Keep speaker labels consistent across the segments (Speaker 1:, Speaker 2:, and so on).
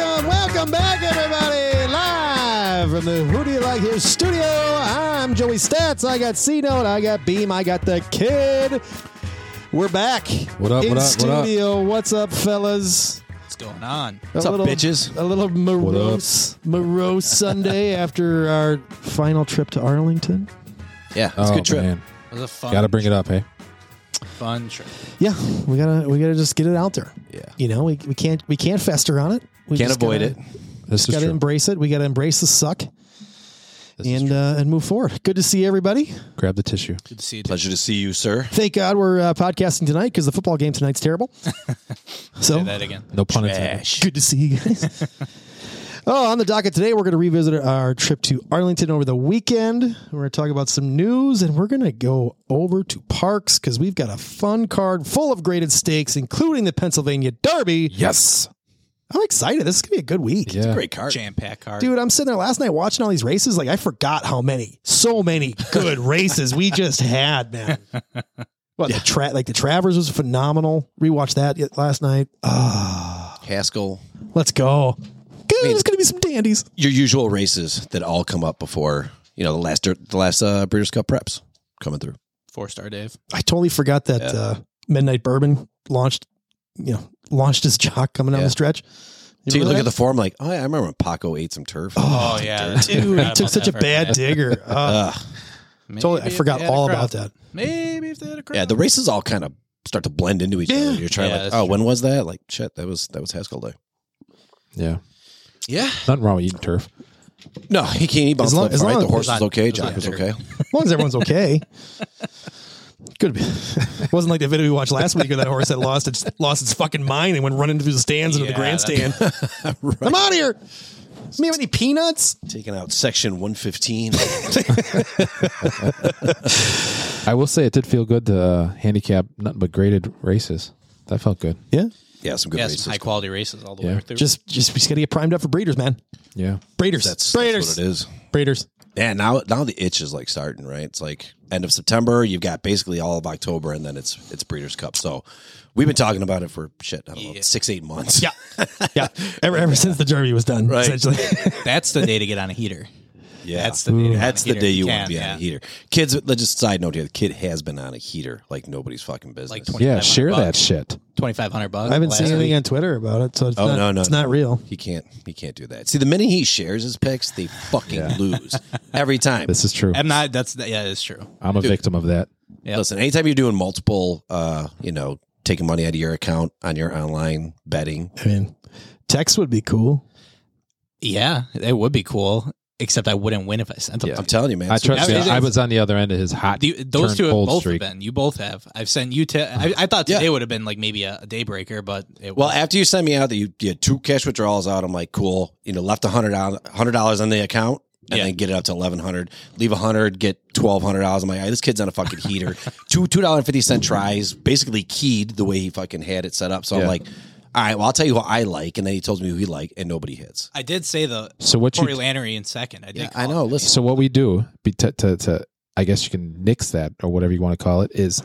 Speaker 1: Welcome back, everybody, live from the Who Do You Like Here studio. I'm Joey Stats. I got C Note. I got Beam. I got the kid. We're back.
Speaker 2: What up,
Speaker 1: In
Speaker 2: what up, what up?
Speaker 1: studio. What's up, fellas?
Speaker 3: What's going on?
Speaker 1: A
Speaker 3: What's up,
Speaker 1: little-
Speaker 3: bitches?
Speaker 1: A little morose, morose Sunday after our final trip to Arlington.
Speaker 3: Yeah, it's
Speaker 2: oh,
Speaker 3: a good trip.
Speaker 2: man.
Speaker 3: It was a fun,
Speaker 2: Gotta bring it up, hey?
Speaker 3: fun trip.
Speaker 1: Yeah, we gotta we gotta just get it out there.
Speaker 3: Yeah.
Speaker 1: you know we, we can't we can't fester on it. We
Speaker 3: Can't
Speaker 1: just
Speaker 3: avoid
Speaker 1: gotta-
Speaker 3: it.
Speaker 2: This is
Speaker 1: Gotta
Speaker 2: true.
Speaker 1: embrace it. We gotta embrace the suck
Speaker 2: This is
Speaker 1: and
Speaker 2: true.
Speaker 1: uh, and move forward. Good to see everybody.
Speaker 2: Grab the tissue.
Speaker 3: Good to see you. dude.
Speaker 4: Pleasure to see you, sir.
Speaker 1: Thank God we're uh, podcasting tonight because the football game tonight's terrible. so
Speaker 3: Say that again.
Speaker 2: No pun intended.
Speaker 4: Ash.
Speaker 1: good to see you guys. oh, on the docket today, we're going to revisit our trip to Arlington over the weekend. We're going to talk about some news and we're going to go over to parks because we've got a fun card full of graded stakes, including the Pennsylvania Derby.
Speaker 2: Yes.
Speaker 1: I'm excited. This is going to be a good week.
Speaker 2: Yeah.
Speaker 4: Great card.
Speaker 3: Jam pack card.
Speaker 1: Dude, I'm sitting there last night watching all these races. Like, I forgot how many, so many good races we just had, man. What, the tra- like the Travers was phenomenal. Rewatched that y- last night. Ah,
Speaker 4: Haskell.
Speaker 1: let's go. Good, there's gonna be some dandies.
Speaker 4: Your usual races that all come up before you know the last the last uh, Breeders' Cup preps coming through.
Speaker 3: Four star Dave.
Speaker 1: I totally forgot that
Speaker 4: Yeah.
Speaker 1: uh, Midnight Bourbon launched, you know, launched his jock coming down
Speaker 4: Yeah.
Speaker 1: the stretch.
Speaker 4: so you
Speaker 1: remember
Speaker 4: look
Speaker 1: that?
Speaker 4: at the form like, oh, yeah, I remember when Paco ate some turf.
Speaker 3: Oh, yeah.
Speaker 1: Dude, he took such a bad digger. Uh,
Speaker 4: Ugh.
Speaker 1: totally, I forgot all about that.
Speaker 3: Maybe if they had a crowd.
Speaker 4: yeah, the races all kind of start to blend into each
Speaker 1: Yeah.
Speaker 4: other. You're trying
Speaker 3: Yeah,
Speaker 4: like,
Speaker 3: that's
Speaker 4: oh,
Speaker 3: true.
Speaker 4: when was that? Like, shit, that was that was Haskell day.
Speaker 2: Yeah.
Speaker 4: Yeah,
Speaker 2: Nothing wrong with eating turf.
Speaker 4: no, he can't eat. As
Speaker 1: long-
Speaker 4: long,
Speaker 1: as
Speaker 4: all right,
Speaker 1: long
Speaker 4: the
Speaker 1: as-
Speaker 4: horse
Speaker 3: as
Speaker 4: was
Speaker 3: long-
Speaker 4: okay,
Speaker 3: as long
Speaker 4: Jock was
Speaker 3: as
Speaker 4: okay.
Speaker 1: As long as everyone's okay. Could be. It wasn't like the video we watched last week of that horse that lost its lost its fucking mind and went running through the stands into the
Speaker 3: Yeah,
Speaker 1: grandstand. I'm out of here. Me have any peanuts?
Speaker 4: Taking out section 115.
Speaker 2: I will say it did feel good to uh, handicap nothing but graded races. That felt good.
Speaker 1: Yeah.
Speaker 4: yeah, some good
Speaker 3: yeah,
Speaker 4: races.
Speaker 3: some high quality races all the
Speaker 2: Yeah.
Speaker 3: way through.
Speaker 1: Just just we just gotta get primed up for breeders, man.
Speaker 2: Yeah.
Speaker 1: Breeders.
Speaker 4: that's, that's
Speaker 1: breeders.
Speaker 4: what it is.
Speaker 1: Breeders.
Speaker 4: Yeah, now now the itch is like starting, right? It's like end of September. You've got basically all of October, and then it's it's Breeders' Cup. So we've been talking about it for shit, I don't know,
Speaker 3: Yeah.
Speaker 4: six eight months.
Speaker 1: Yeah. Yeah. Ever ever since the derby was done,
Speaker 4: Right.
Speaker 1: essentially.
Speaker 3: That's the day to get on a heater.
Speaker 4: yeah.
Speaker 3: That's the day. To get on
Speaker 4: That's
Speaker 3: a
Speaker 4: the
Speaker 3: heater.
Speaker 4: day you
Speaker 3: can,
Speaker 4: want to be on
Speaker 3: yeah.
Speaker 4: a heater. Kids, let's just side note here: the kid has been on a heater like nobody's fucking business.
Speaker 3: Like 20
Speaker 2: Yeah.
Speaker 3: 25
Speaker 2: Share that
Speaker 3: bucks.
Speaker 2: shit.
Speaker 3: 2500 bucks.
Speaker 1: I haven't seen
Speaker 3: last
Speaker 1: anything
Speaker 3: week.
Speaker 1: on Twitter about it, so it's
Speaker 4: Oh,
Speaker 1: not
Speaker 4: no, no,
Speaker 1: it's
Speaker 4: no.
Speaker 1: not real.
Speaker 4: he can't he can't do that. See, the minute he shares his picks, they fucking lose every time.
Speaker 2: This is true.
Speaker 3: I'm not. That's yeah. It's true.
Speaker 2: I'm a victim of that.
Speaker 3: Yep.
Speaker 4: Listen, anytime you're doing multiple, uh, you know, taking money out of your account on your online betting,
Speaker 1: I mean text would be cool.
Speaker 3: Yeah, it would be cool. Except I wouldn't win if I sent them.
Speaker 4: I'm
Speaker 3: to
Speaker 4: telling you, man.
Speaker 2: I
Speaker 4: it's-
Speaker 2: trust
Speaker 3: Yeah,
Speaker 2: you.
Speaker 3: it is.
Speaker 2: I was on the other end of his hot
Speaker 3: The, those
Speaker 2: turn
Speaker 3: two have
Speaker 2: cold
Speaker 3: both
Speaker 2: streak.
Speaker 3: have been. You both have. I've sent you to. I, I thought
Speaker 4: Yeah.
Speaker 3: today would have been like maybe a, a day breaker, but it
Speaker 4: Well,
Speaker 3: was,
Speaker 4: after you sent me out that you, you had two cash withdrawals out, I'm like, cool. You know, left a hundred dollars on the account, and
Speaker 3: Yeah.
Speaker 4: then get it up to eleven hundred. Leave a hundred, get twelve hundred dollars. I'm like, all right, this kid's on a fucking heater. two two dollar fifty cent tries, basically keyed the way he fucking had it set up. So
Speaker 2: Yeah.
Speaker 4: I'm like, all right, well, I'll tell you who I like, and then he told me who he liked, and nobody hits.
Speaker 3: I did say the
Speaker 2: So what you
Speaker 3: Corey Lannery in second. I did.
Speaker 4: I
Speaker 3: call
Speaker 4: know.
Speaker 3: it.
Speaker 4: Listen,
Speaker 2: So what we do be to, to, to I guess you can nix that or whatever you want to call it is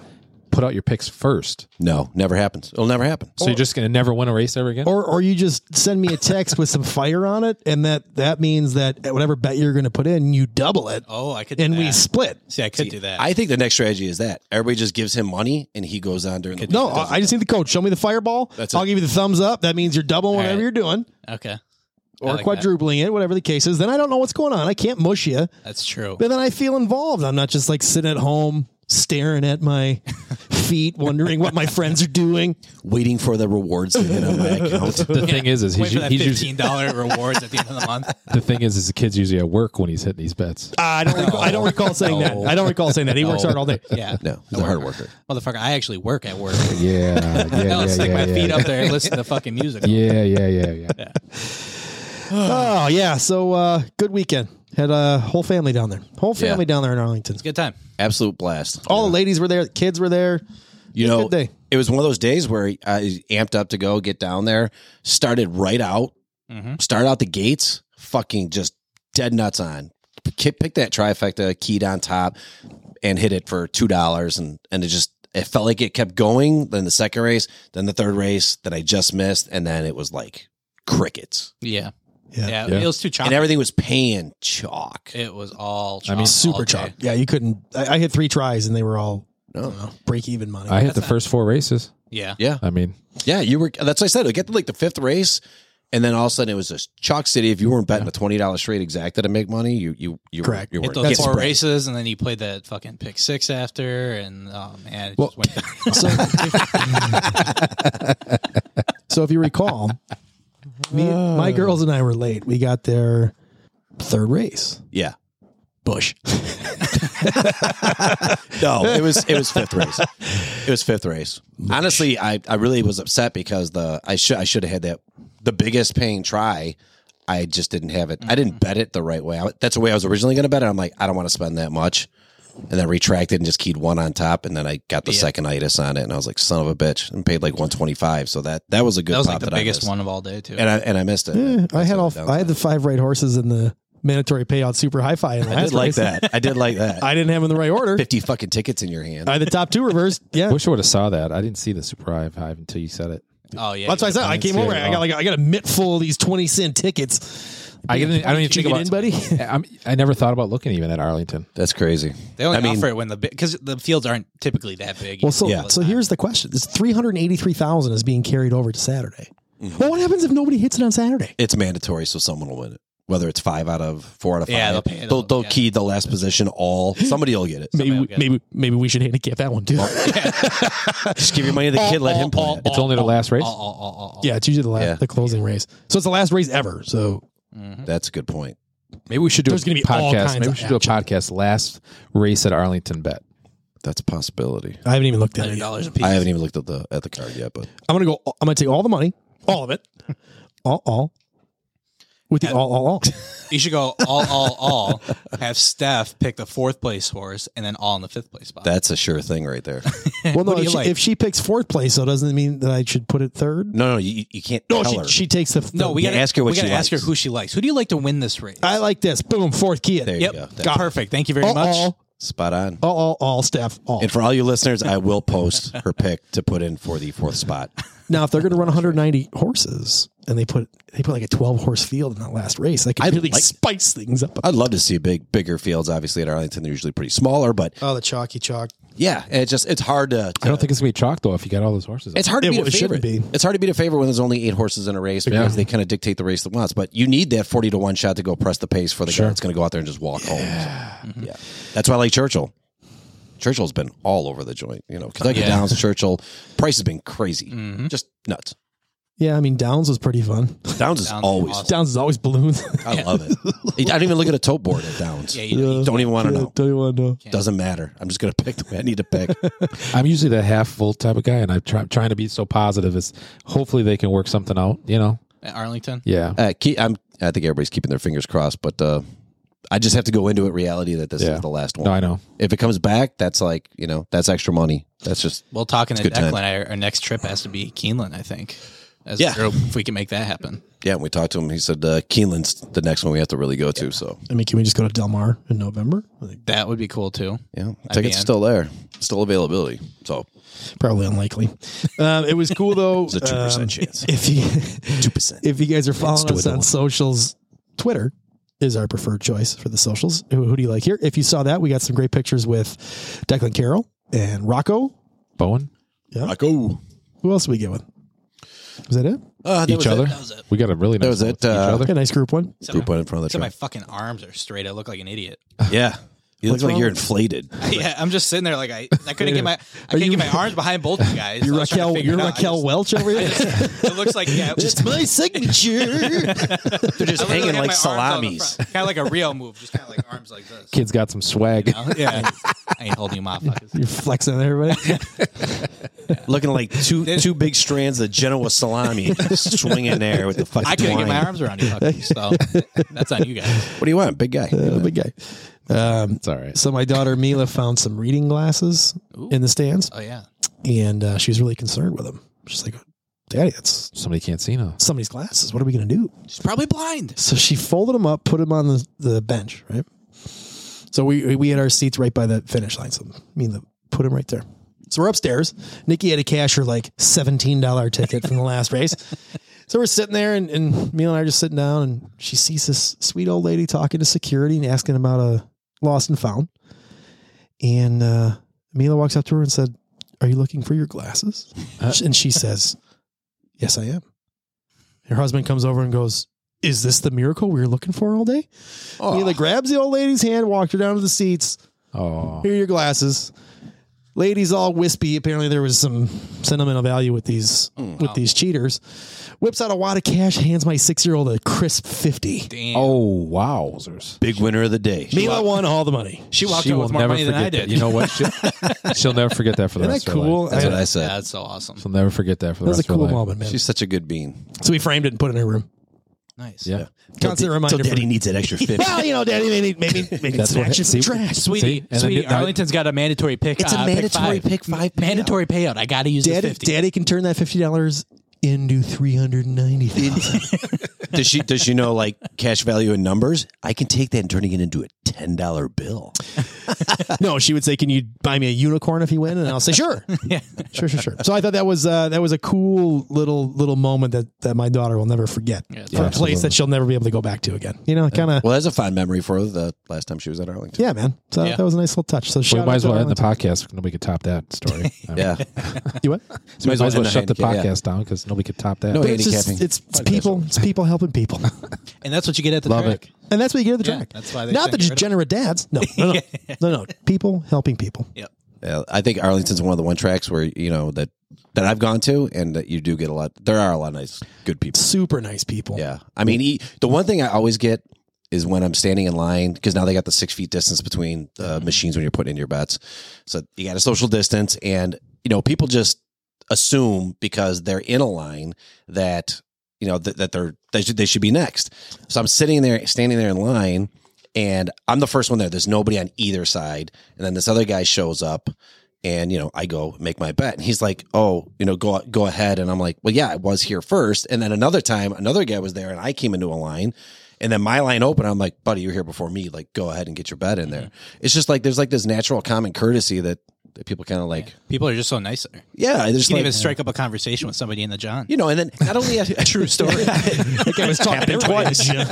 Speaker 2: put out your picks first.
Speaker 4: no, never happens. It'll never happen.
Speaker 2: So you're just gonna never win a race ever again.
Speaker 1: Or or you just send me a text with some fire on it, and that that means that at whatever bet you're going to put in, you double it,
Speaker 3: Oh, I could. do
Speaker 1: and we
Speaker 3: that.
Speaker 1: split.
Speaker 3: see. I could do that.
Speaker 4: I think the next strategy is that everybody just gives him money, and he goes on during the
Speaker 1: No,
Speaker 4: week.
Speaker 1: I I just need the code. Show me the fireball.
Speaker 4: That's
Speaker 1: I'll
Speaker 4: it.
Speaker 1: give you the thumbs up. That means you're doubling
Speaker 3: All
Speaker 1: whatever
Speaker 3: right.
Speaker 1: you're doing,
Speaker 3: okay, I
Speaker 1: or
Speaker 3: like that.
Speaker 1: quadrupling it, whatever the case is. Then I don't know what's going on. I can't mush you,
Speaker 3: that's true.
Speaker 1: but then I feel involved. I'm not just like sitting at home staring at my feet, wondering what my friends are doing.
Speaker 4: waiting for the rewards to hit on my account.
Speaker 2: the thing is, is
Speaker 3: Wait
Speaker 2: he's,
Speaker 3: for that
Speaker 2: he's usually,
Speaker 3: fifteen dollar rewards at the end of the month.
Speaker 2: the thing is, is the kid's usually at work when he's hitting these bets.
Speaker 1: I don't. Recall, I don't recall saying
Speaker 3: No.
Speaker 1: that. I don't recall saying that. He works
Speaker 3: No.
Speaker 1: hard all day.
Speaker 3: Yeah,
Speaker 4: No, he's a hard worker.
Speaker 3: motherfucker. I actually work at work.
Speaker 2: Yeah, yeah,
Speaker 3: I
Speaker 2: yeah,
Speaker 3: don't stick
Speaker 2: yeah,
Speaker 3: my
Speaker 2: yeah,
Speaker 3: feet
Speaker 2: yeah.
Speaker 3: up there and listen to fucking music.
Speaker 2: Yeah, yeah, yeah, yeah.
Speaker 1: Oh yeah, so uh, good weekend. Had a whole family down there. Whole family down there in Arlington.
Speaker 3: Good time.
Speaker 4: Absolute blast.
Speaker 1: All the ladies were there. The kids were there.
Speaker 4: you know,
Speaker 1: Oh, good day.
Speaker 4: it was one of those days where I amped up to go get down there. Started right out,
Speaker 3: Mhm.
Speaker 4: start out the gates, fucking just dead nuts on. Pick, pick that trifecta, keyed on top, and hit it for two dollars, and and it just it felt like it kept going. Then the second race, then the third race that I just missed, and then it was like crickets.
Speaker 3: Yeah,
Speaker 1: Yeah.
Speaker 3: Yeah,
Speaker 2: Yeah.
Speaker 3: it was too chalky.
Speaker 4: and everything was pan chalk.
Speaker 3: it was all.
Speaker 2: I mean,
Speaker 3: chalk all
Speaker 4: Oh,
Speaker 1: Super
Speaker 3: day.
Speaker 1: chalk. Yeah, you couldn't. I, I hit three tries and they were all
Speaker 4: No.
Speaker 1: break even money.
Speaker 2: I hit the first four races.
Speaker 3: Yeah,
Speaker 4: Yeah,
Speaker 2: I mean,
Speaker 4: yeah, you were. That's what I said. I get to like the fifth race, and then all of a sudden it was just chalk city. If you weren't betting a twenty dollars straight exact to make money, you you you were-
Speaker 1: Correct.
Speaker 4: You
Speaker 3: hit
Speaker 4: were
Speaker 3: those
Speaker 1: That's
Speaker 3: four
Speaker 1: spread.
Speaker 3: races, and then he played that fucking pick six after, and oh man, it
Speaker 2: Well-
Speaker 3: just went down.
Speaker 1: So, so if you recall, me,
Speaker 4: Oh.
Speaker 1: my girls and I were late. We got their third race.
Speaker 4: yeah.
Speaker 1: Bush.
Speaker 4: No, it was it was fifth race. It was fifth race. Honestly, I, I really was upset because the I should I should have had that the biggest paying try. I just didn't have it. I
Speaker 3: Mm-hmm.
Speaker 4: didn't bet it the right way. I, that's the way I was originally going to bet it. I'm like, I don't want to spend that much, and then retracted and just keyed one on top, and then I got the
Speaker 3: Yeah.
Speaker 4: second itis on it, and I was like, son of a bitch, and paid like 125. So that that was a good.
Speaker 3: that was
Speaker 4: pop
Speaker 3: like the
Speaker 4: that I
Speaker 3: biggest
Speaker 4: missed.
Speaker 3: one of all day too.
Speaker 4: and I and I missed it.
Speaker 1: Yeah, I
Speaker 4: That's
Speaker 1: had
Speaker 4: what
Speaker 1: all.
Speaker 4: that was.
Speaker 1: I had the five right horses in the mandatory payout super high five.
Speaker 4: I did like that. I did like that.
Speaker 1: I didn't have them in the right order.
Speaker 4: Fifty fucking tickets in your hand.
Speaker 1: I had the top two reversed. Yeah,
Speaker 2: wish I would have saw that. I didn't see the super high five until you said it.
Speaker 3: oh yeah,
Speaker 1: that's why I said I
Speaker 2: didn't
Speaker 1: came
Speaker 2: see
Speaker 1: over.
Speaker 2: it at
Speaker 1: I got
Speaker 2: all.
Speaker 1: like I got a mitt full of these twenty cent tickets.
Speaker 2: I didn't. I don't even
Speaker 1: Did you
Speaker 2: think about.
Speaker 1: get in, buddy.
Speaker 2: I'm, I never thought about looking even at Arlington.
Speaker 4: That's crazy.
Speaker 3: They only
Speaker 4: I mean-
Speaker 3: offer it when the because the fields aren't typically that big.
Speaker 1: Well, so
Speaker 4: Yeah.
Speaker 1: so here's the question: This three hundred eighty-three thousand is being carried over to Saturday. Well, what happens if nobody hits it on Saturday?
Speaker 4: it's mandatory, so someone will win it. Whether it's five out of four out of five,
Speaker 3: Yeah, they'll
Speaker 4: they'll,
Speaker 3: pay it
Speaker 4: they'll,
Speaker 3: out, yeah.
Speaker 4: key the last position all. Somebody will get it.
Speaker 1: Maybe
Speaker 3: Somebody will
Speaker 1: we-
Speaker 3: get it.
Speaker 1: maybe maybe we should handicap that one too.
Speaker 4: Just give your money to the kid, let him play. it.
Speaker 2: It's only the last race.
Speaker 1: yeah, it's usually the last
Speaker 4: Yeah.
Speaker 1: the closing race. So it's the last race ever. So
Speaker 3: Mm-hmm.
Speaker 4: That's a good point.
Speaker 2: Maybe we should do
Speaker 1: There's
Speaker 2: a
Speaker 1: gonna be all
Speaker 2: podcast.
Speaker 1: kinds
Speaker 2: Maybe we
Speaker 1: of
Speaker 2: should do a
Speaker 1: action.
Speaker 2: podcast last race at Arlington bet.
Speaker 4: That's a possibility.
Speaker 1: I haven't even looked at it.
Speaker 3: hundred
Speaker 1: yet.
Speaker 3: dollars a piece.
Speaker 4: I haven't even looked at the at the card yet, but
Speaker 1: I'm gonna go. I'm gonna take all the money, all of it, all all with the all all all.
Speaker 3: You should go all, all, all. Have Steph pick the fourth place horse, and then all in the fifth place spot.
Speaker 4: that's a sure thing right there.
Speaker 1: Well, no,
Speaker 3: do
Speaker 1: if
Speaker 3: you
Speaker 1: she,
Speaker 3: like?
Speaker 1: if she picks fourth place, though, doesn't it mean that I should put it third?
Speaker 4: No, no, you, you can't
Speaker 1: No,
Speaker 4: tell
Speaker 1: she,
Speaker 4: her.
Speaker 1: she takes the.
Speaker 3: no, we
Speaker 4: Yeah,
Speaker 3: gotta
Speaker 4: ask her what
Speaker 3: we gotta
Speaker 4: she
Speaker 3: ask her
Speaker 4: likes.
Speaker 3: who she likes. Who do you like to win this race?
Speaker 1: I like this. Boom, fourth Kia.
Speaker 4: there
Speaker 3: yep,
Speaker 4: you go. That-
Speaker 3: Got- perfect. Thank you very
Speaker 1: All,
Speaker 3: much.
Speaker 1: all,
Speaker 4: spot on.
Speaker 1: all, all, all, Steph, all.
Speaker 4: And for all you listeners, I will post her pick to put in for the fourth spot.
Speaker 1: Now, if they're going to run 190 horses and they put they put like a 12 horse field in that last race, they could
Speaker 4: I'd
Speaker 1: really
Speaker 4: like-
Speaker 1: spice things up.
Speaker 4: I'd love to see big bigger fields. Obviously, at Arlington, they're usually pretty smaller, but
Speaker 1: Oh, the chalky chalk.
Speaker 4: yeah, it's just it's hard to.
Speaker 2: I don't think it's gonna be chalk though. If you got all those horses,
Speaker 4: It's hard to
Speaker 1: It-
Speaker 4: be
Speaker 1: it
Speaker 4: a favorite.
Speaker 1: shouldn't be.
Speaker 4: It's hard to be a favorite when there's only eight horses in a race because they kind of dictate the race that wants. But you need that forty to one shot to go press the pace for the guy that's going to go out there and just walk home. So, Yeah, that's why I like Churchill. Churchill's been all over the joint. You know, Kentucky
Speaker 3: Yeah.
Speaker 4: Downs, Churchill price has been crazy, just nuts.
Speaker 1: Yeah, I mean Downs was pretty fun.
Speaker 4: Downs is
Speaker 3: Downs is
Speaker 4: always.
Speaker 3: awesome.
Speaker 1: Downs is always balloons.
Speaker 4: I love it. I don't even look at a tote board at Downs.
Speaker 3: yeah, you know,
Speaker 4: Don't even want to know.
Speaker 1: Don't you want to know?
Speaker 4: Doesn't matter. I'm just going to pick the way I need to pick.
Speaker 2: I'm usually the half full type of guy, and I'm try, trying to be so positive. Is hopefully they can work something out. You know,
Speaker 3: at Arlington.
Speaker 2: yeah.
Speaker 4: Uh, keep, I'm, I think everybody's keeping their fingers crossed, but uh, I just have to go into it reality that this
Speaker 2: Yeah.
Speaker 4: is the last one.
Speaker 2: No, I know.
Speaker 4: if it comes back, that's like you know that's extra money. That's just
Speaker 3: Well, talking to
Speaker 4: good time.
Speaker 3: Declan, our, our next trip has to be Keeneland, I think. As
Speaker 4: Yeah.
Speaker 3: a group, if we can make that happen.
Speaker 4: yeah. And we talked to him. He said uh, Keeneland's the next one we have to really go to. So
Speaker 1: I mean, can we just go to Del Mar in November? Like,
Speaker 3: That would be cool too.
Speaker 4: yeah,
Speaker 3: be in.
Speaker 4: tickets are still there, still availability. So
Speaker 1: probably unlikely. Um, it was cool though.
Speaker 4: it's a two percent
Speaker 1: um,
Speaker 4: chance.
Speaker 1: If you
Speaker 4: Two percent.
Speaker 1: if you guys are following us
Speaker 4: Twitter.
Speaker 1: on socials, Twitter is our preferred choice for the socials. Who, who do you like here? If you saw that, we got some great pictures with Declan Carroll and Rocco.
Speaker 2: Bowen,
Speaker 4: Like oh,
Speaker 1: Who else did we get with? Was that it?
Speaker 4: uh, that
Speaker 2: each
Speaker 4: was
Speaker 2: other.
Speaker 4: It.
Speaker 3: was it.
Speaker 2: We got a really
Speaker 4: That
Speaker 2: nice
Speaker 4: was
Speaker 2: one
Speaker 4: it,
Speaker 2: with each
Speaker 4: uh,
Speaker 2: other.
Speaker 1: A nice group one.
Speaker 3: Except,
Speaker 4: Group
Speaker 3: my,
Speaker 4: one in front of the
Speaker 3: except my
Speaker 4: truck.
Speaker 3: fucking arms are straight. I look like an idiot.
Speaker 4: Yeah, you look
Speaker 1: What's
Speaker 4: like
Speaker 1: wrong
Speaker 4: you're
Speaker 1: with-
Speaker 4: inflated.
Speaker 3: yeah, I'm just sitting there like I, I couldn't get my I couldn't
Speaker 1: you-
Speaker 3: get my arms behind both you guys.
Speaker 1: You're
Speaker 3: I was trying to
Speaker 1: Raquel.
Speaker 3: figure
Speaker 1: You're
Speaker 3: it out. I
Speaker 1: Raquel
Speaker 3: just-
Speaker 1: Welch over here.
Speaker 3: It looks like yeah, just
Speaker 4: my signature. They're just hanging like salamis.
Speaker 3: kind of like a real move, just kind of like arms like this.
Speaker 2: Kid's got some swag.
Speaker 3: yeah, I ain't holding you, motherfuckers.
Speaker 1: You're flexing on everybody.
Speaker 4: Looking like two two big strands of Genoa salami swinging there with the fucking.
Speaker 3: I couldn't get my
Speaker 4: twine.
Speaker 3: arms around you, fuckers. So that's on you guys.
Speaker 4: What do you want, big guy?
Speaker 1: Uh, big guy. Um,
Speaker 2: It's all right.
Speaker 1: so my daughter Mila found some reading glasses in the stands,
Speaker 3: Oh yeah,
Speaker 1: and uh, she was really concerned with them. She's like, "Daddy, that's
Speaker 2: Somebody can't see now.
Speaker 1: somebody's glasses. What are we gonna do?"
Speaker 3: she's probably blind.
Speaker 1: So she folded them up, put them on the, the bench, right? So we we had our seats right by the finish line. So I mean, the, put them right there. So we're upstairs. Nikki had to cash her like seventeen dollar ticket from the last race. So we're sitting there, and, and Mila and I are just sitting down, and she sees this sweet old lady talking to security and asking about a lost and found. And uh, Mila walks up to her and said, "Are you looking for your glasses?" and she says, "Yes, I am." Her husband comes over and goes, "Is this the miracle we were looking for all day?" Mila grabs the old lady's hand, walked her down to the seats.
Speaker 2: Oh,
Speaker 1: Here are your glasses. Ladies all wispy. Apparently there was some sentimental value with these
Speaker 2: Oh.
Speaker 1: with these cheaters. Whips out a wad of cash, hands my six year old a crisp fifty.
Speaker 3: Damn.
Speaker 2: oh, wowzers!
Speaker 4: Big winner of the day.
Speaker 1: Mila won all the money.
Speaker 3: she walked
Speaker 2: She
Speaker 3: out
Speaker 2: will
Speaker 3: with more
Speaker 2: never
Speaker 3: money
Speaker 2: forget
Speaker 3: than I
Speaker 2: that.
Speaker 3: did.
Speaker 2: You know what? She'll, she'll never forget that for the
Speaker 1: Isn't
Speaker 2: rest
Speaker 1: that
Speaker 2: of her
Speaker 1: cool?
Speaker 2: life.
Speaker 1: I-
Speaker 4: That's
Speaker 1: That
Speaker 4: what I said.
Speaker 3: That's so awesome.
Speaker 2: She'll never forget that for the
Speaker 1: was a
Speaker 2: rest of her
Speaker 1: cool
Speaker 2: life.
Speaker 1: moment, man.
Speaker 4: She's such a good bean.
Speaker 1: So we framed it and put it in her room.
Speaker 3: Nice.
Speaker 2: Yeah,
Speaker 1: Constant reminder.
Speaker 4: Till
Speaker 1: for-
Speaker 4: daddy needs that extra 50.
Speaker 1: well, you know, Daddy, they need maybe maybe
Speaker 2: That's what-
Speaker 1: snatch it
Speaker 2: see-
Speaker 1: from trash.
Speaker 2: See?
Speaker 3: Eh, Sweetie,
Speaker 2: And then
Speaker 3: sweetie,
Speaker 2: the- the-
Speaker 3: Arlington's got a mandatory pick.
Speaker 4: It's a
Speaker 3: uh,
Speaker 4: mandatory
Speaker 3: pick
Speaker 4: pick
Speaker 3: five.
Speaker 4: five
Speaker 3: mandatory payout. I got to use the
Speaker 1: Daddy,
Speaker 3: fifty.
Speaker 1: Daddy can turn that fifty dollars into three hundred and ninety dollars.
Speaker 4: does she does she know like cash value in numbers? I can take that and turn it into a ten dollar bill.
Speaker 1: no, she would say, "Can you buy me a unicorn if you win?" And I'll say, "Sure."
Speaker 3: yeah.
Speaker 1: sure, sure, sure. So I thought that was uh, that was a cool little little moment that that my daughter will never forget
Speaker 3: Yeah, it's
Speaker 1: for a
Speaker 2: absolutely.
Speaker 1: place that she'll never be able to go back to again. You know, kind of.
Speaker 4: Well, that's a fond memory for her the last time she was at Arlington.
Speaker 1: Yeah, man. So
Speaker 3: Yeah.
Speaker 1: that was a nice little touch. So
Speaker 2: We
Speaker 1: shout
Speaker 2: might
Speaker 1: out
Speaker 2: as
Speaker 1: to
Speaker 2: well end the
Speaker 1: Arlington.
Speaker 2: podcast. Nobody could top that story. I mean,
Speaker 4: Yeah.
Speaker 1: You what?
Speaker 2: So we might as well shut the
Speaker 4: Yeah.
Speaker 2: podcast down because nobody could top that.
Speaker 4: No,
Speaker 1: But it's just
Speaker 4: handicapping.
Speaker 1: it's, it's people. It's people helping people,
Speaker 3: And that's what you get at the
Speaker 2: Love
Speaker 3: track.
Speaker 2: it.
Speaker 1: and that's what you get at the
Speaker 3: Yeah,
Speaker 1: track.
Speaker 3: that's why they
Speaker 1: not
Speaker 3: said
Speaker 1: the
Speaker 3: get rid of-
Speaker 1: degenerate dads. No, no, no, no, no. People helping people.
Speaker 3: Yep.
Speaker 4: Yeah, I think Arlington's one of the one tracks where you know that that I've gone to, and that you do get a lot. There are a lot of nice, good people.
Speaker 1: Super nice people.
Speaker 4: Yeah, I mean, e the one thing I always get is when I'm standing in line because now they got the six feet distance between uh, machines when you're putting in your bets, so you got a social distance, and you know people just assume because they're in a line that you know that that they're they should they should be next. So I'm sitting there, standing there in line, and I'm the first one there. There's nobody on either side, and then this other guy shows up. And you know, I go make my bet, and he's like, "Oh, you know, go go ahead." And I'm like, "Well, yeah, I was here first. And then another time, another guy was there, and I came into a line, and then my line opened. I'm like, "Buddy, you're here before me. Like, go ahead and get your bet in there." It's just like there's like this natural common courtesy that, that people kind of like,
Speaker 3: People are just so nice there. You
Speaker 4: yeah, there's
Speaker 3: can
Speaker 4: like
Speaker 3: even strike up a conversation with somebody in the John.
Speaker 4: you know, and then not only true story.
Speaker 1: Like I was talking twice. yeah.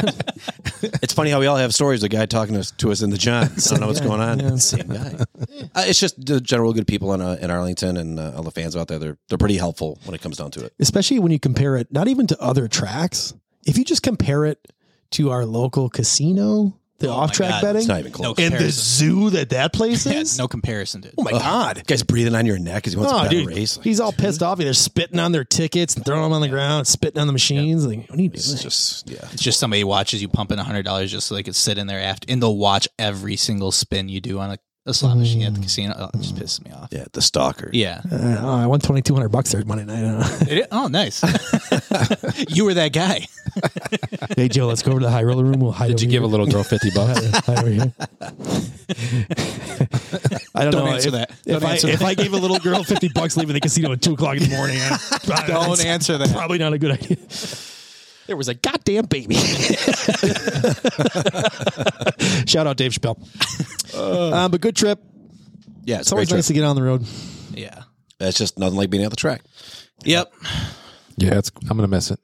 Speaker 4: It's funny how we all have stories. of A guy talking to us, to us in the John. So I don't know what's going on. Same guy. Uh, it's just the general good people in, uh, in Arlington and uh, all the fans out there. They're they're pretty helpful when it comes down to it.
Speaker 1: especially when you compare it not even to other tracks if you just compare it to our local casino the
Speaker 3: Oh my
Speaker 1: off-track
Speaker 3: God,
Speaker 1: betting
Speaker 4: It's not even
Speaker 1: and
Speaker 3: No
Speaker 4: close.
Speaker 1: the
Speaker 3: comparison.
Speaker 1: zoo that that place
Speaker 3: Yeah,
Speaker 1: is
Speaker 3: no comparison, dude.
Speaker 1: oh my god
Speaker 4: Guy's breathing on your neck because he wants
Speaker 1: Oh,
Speaker 4: a better
Speaker 1: dude,
Speaker 4: race.
Speaker 1: he's all pissed off. They're spitting on their tickets and throwing them on the ground, spitting on the machines. Like, what are you doing?
Speaker 4: just yeah.
Speaker 3: It's just somebody watches you pumping hundred dollars just so they could sit in there after and they'll watch every single spin you do on a, a slot machine at the casino. Oh, it just pisses me off.
Speaker 4: Yeah, the stalker.
Speaker 3: Yeah.
Speaker 1: Uh, oh, I won twenty two hundred bucks there Monday night. Uh,
Speaker 3: It- oh, nice. you were that guy.
Speaker 1: hey Joe, let's go over to the high roller room. We'll hide.
Speaker 2: Did you
Speaker 1: over
Speaker 2: give a
Speaker 1: here.
Speaker 2: little girl fifty bucks?
Speaker 1: Hide over here. I don't,
Speaker 3: Don't
Speaker 1: know
Speaker 3: answer
Speaker 1: if,
Speaker 3: that.
Speaker 1: If,
Speaker 3: Don't
Speaker 1: I,
Speaker 3: answer
Speaker 1: if
Speaker 3: that.
Speaker 1: I gave a little girl fifty bucks leaving the casino at two o'clock in the morning, I, I
Speaker 3: Don't
Speaker 1: that's
Speaker 3: answer that.
Speaker 1: Probably not a good idea. There was a goddamn baby. Shout out Dave Chappelle. Um, but good trip.
Speaker 4: yeah. It's
Speaker 1: It's
Speaker 4: a great
Speaker 1: always nice
Speaker 4: trip.
Speaker 1: to get on the road.
Speaker 3: Yeah.
Speaker 4: That's just nothing like being at the track.
Speaker 3: Yep.
Speaker 2: yeah, it's, I'm gonna miss it.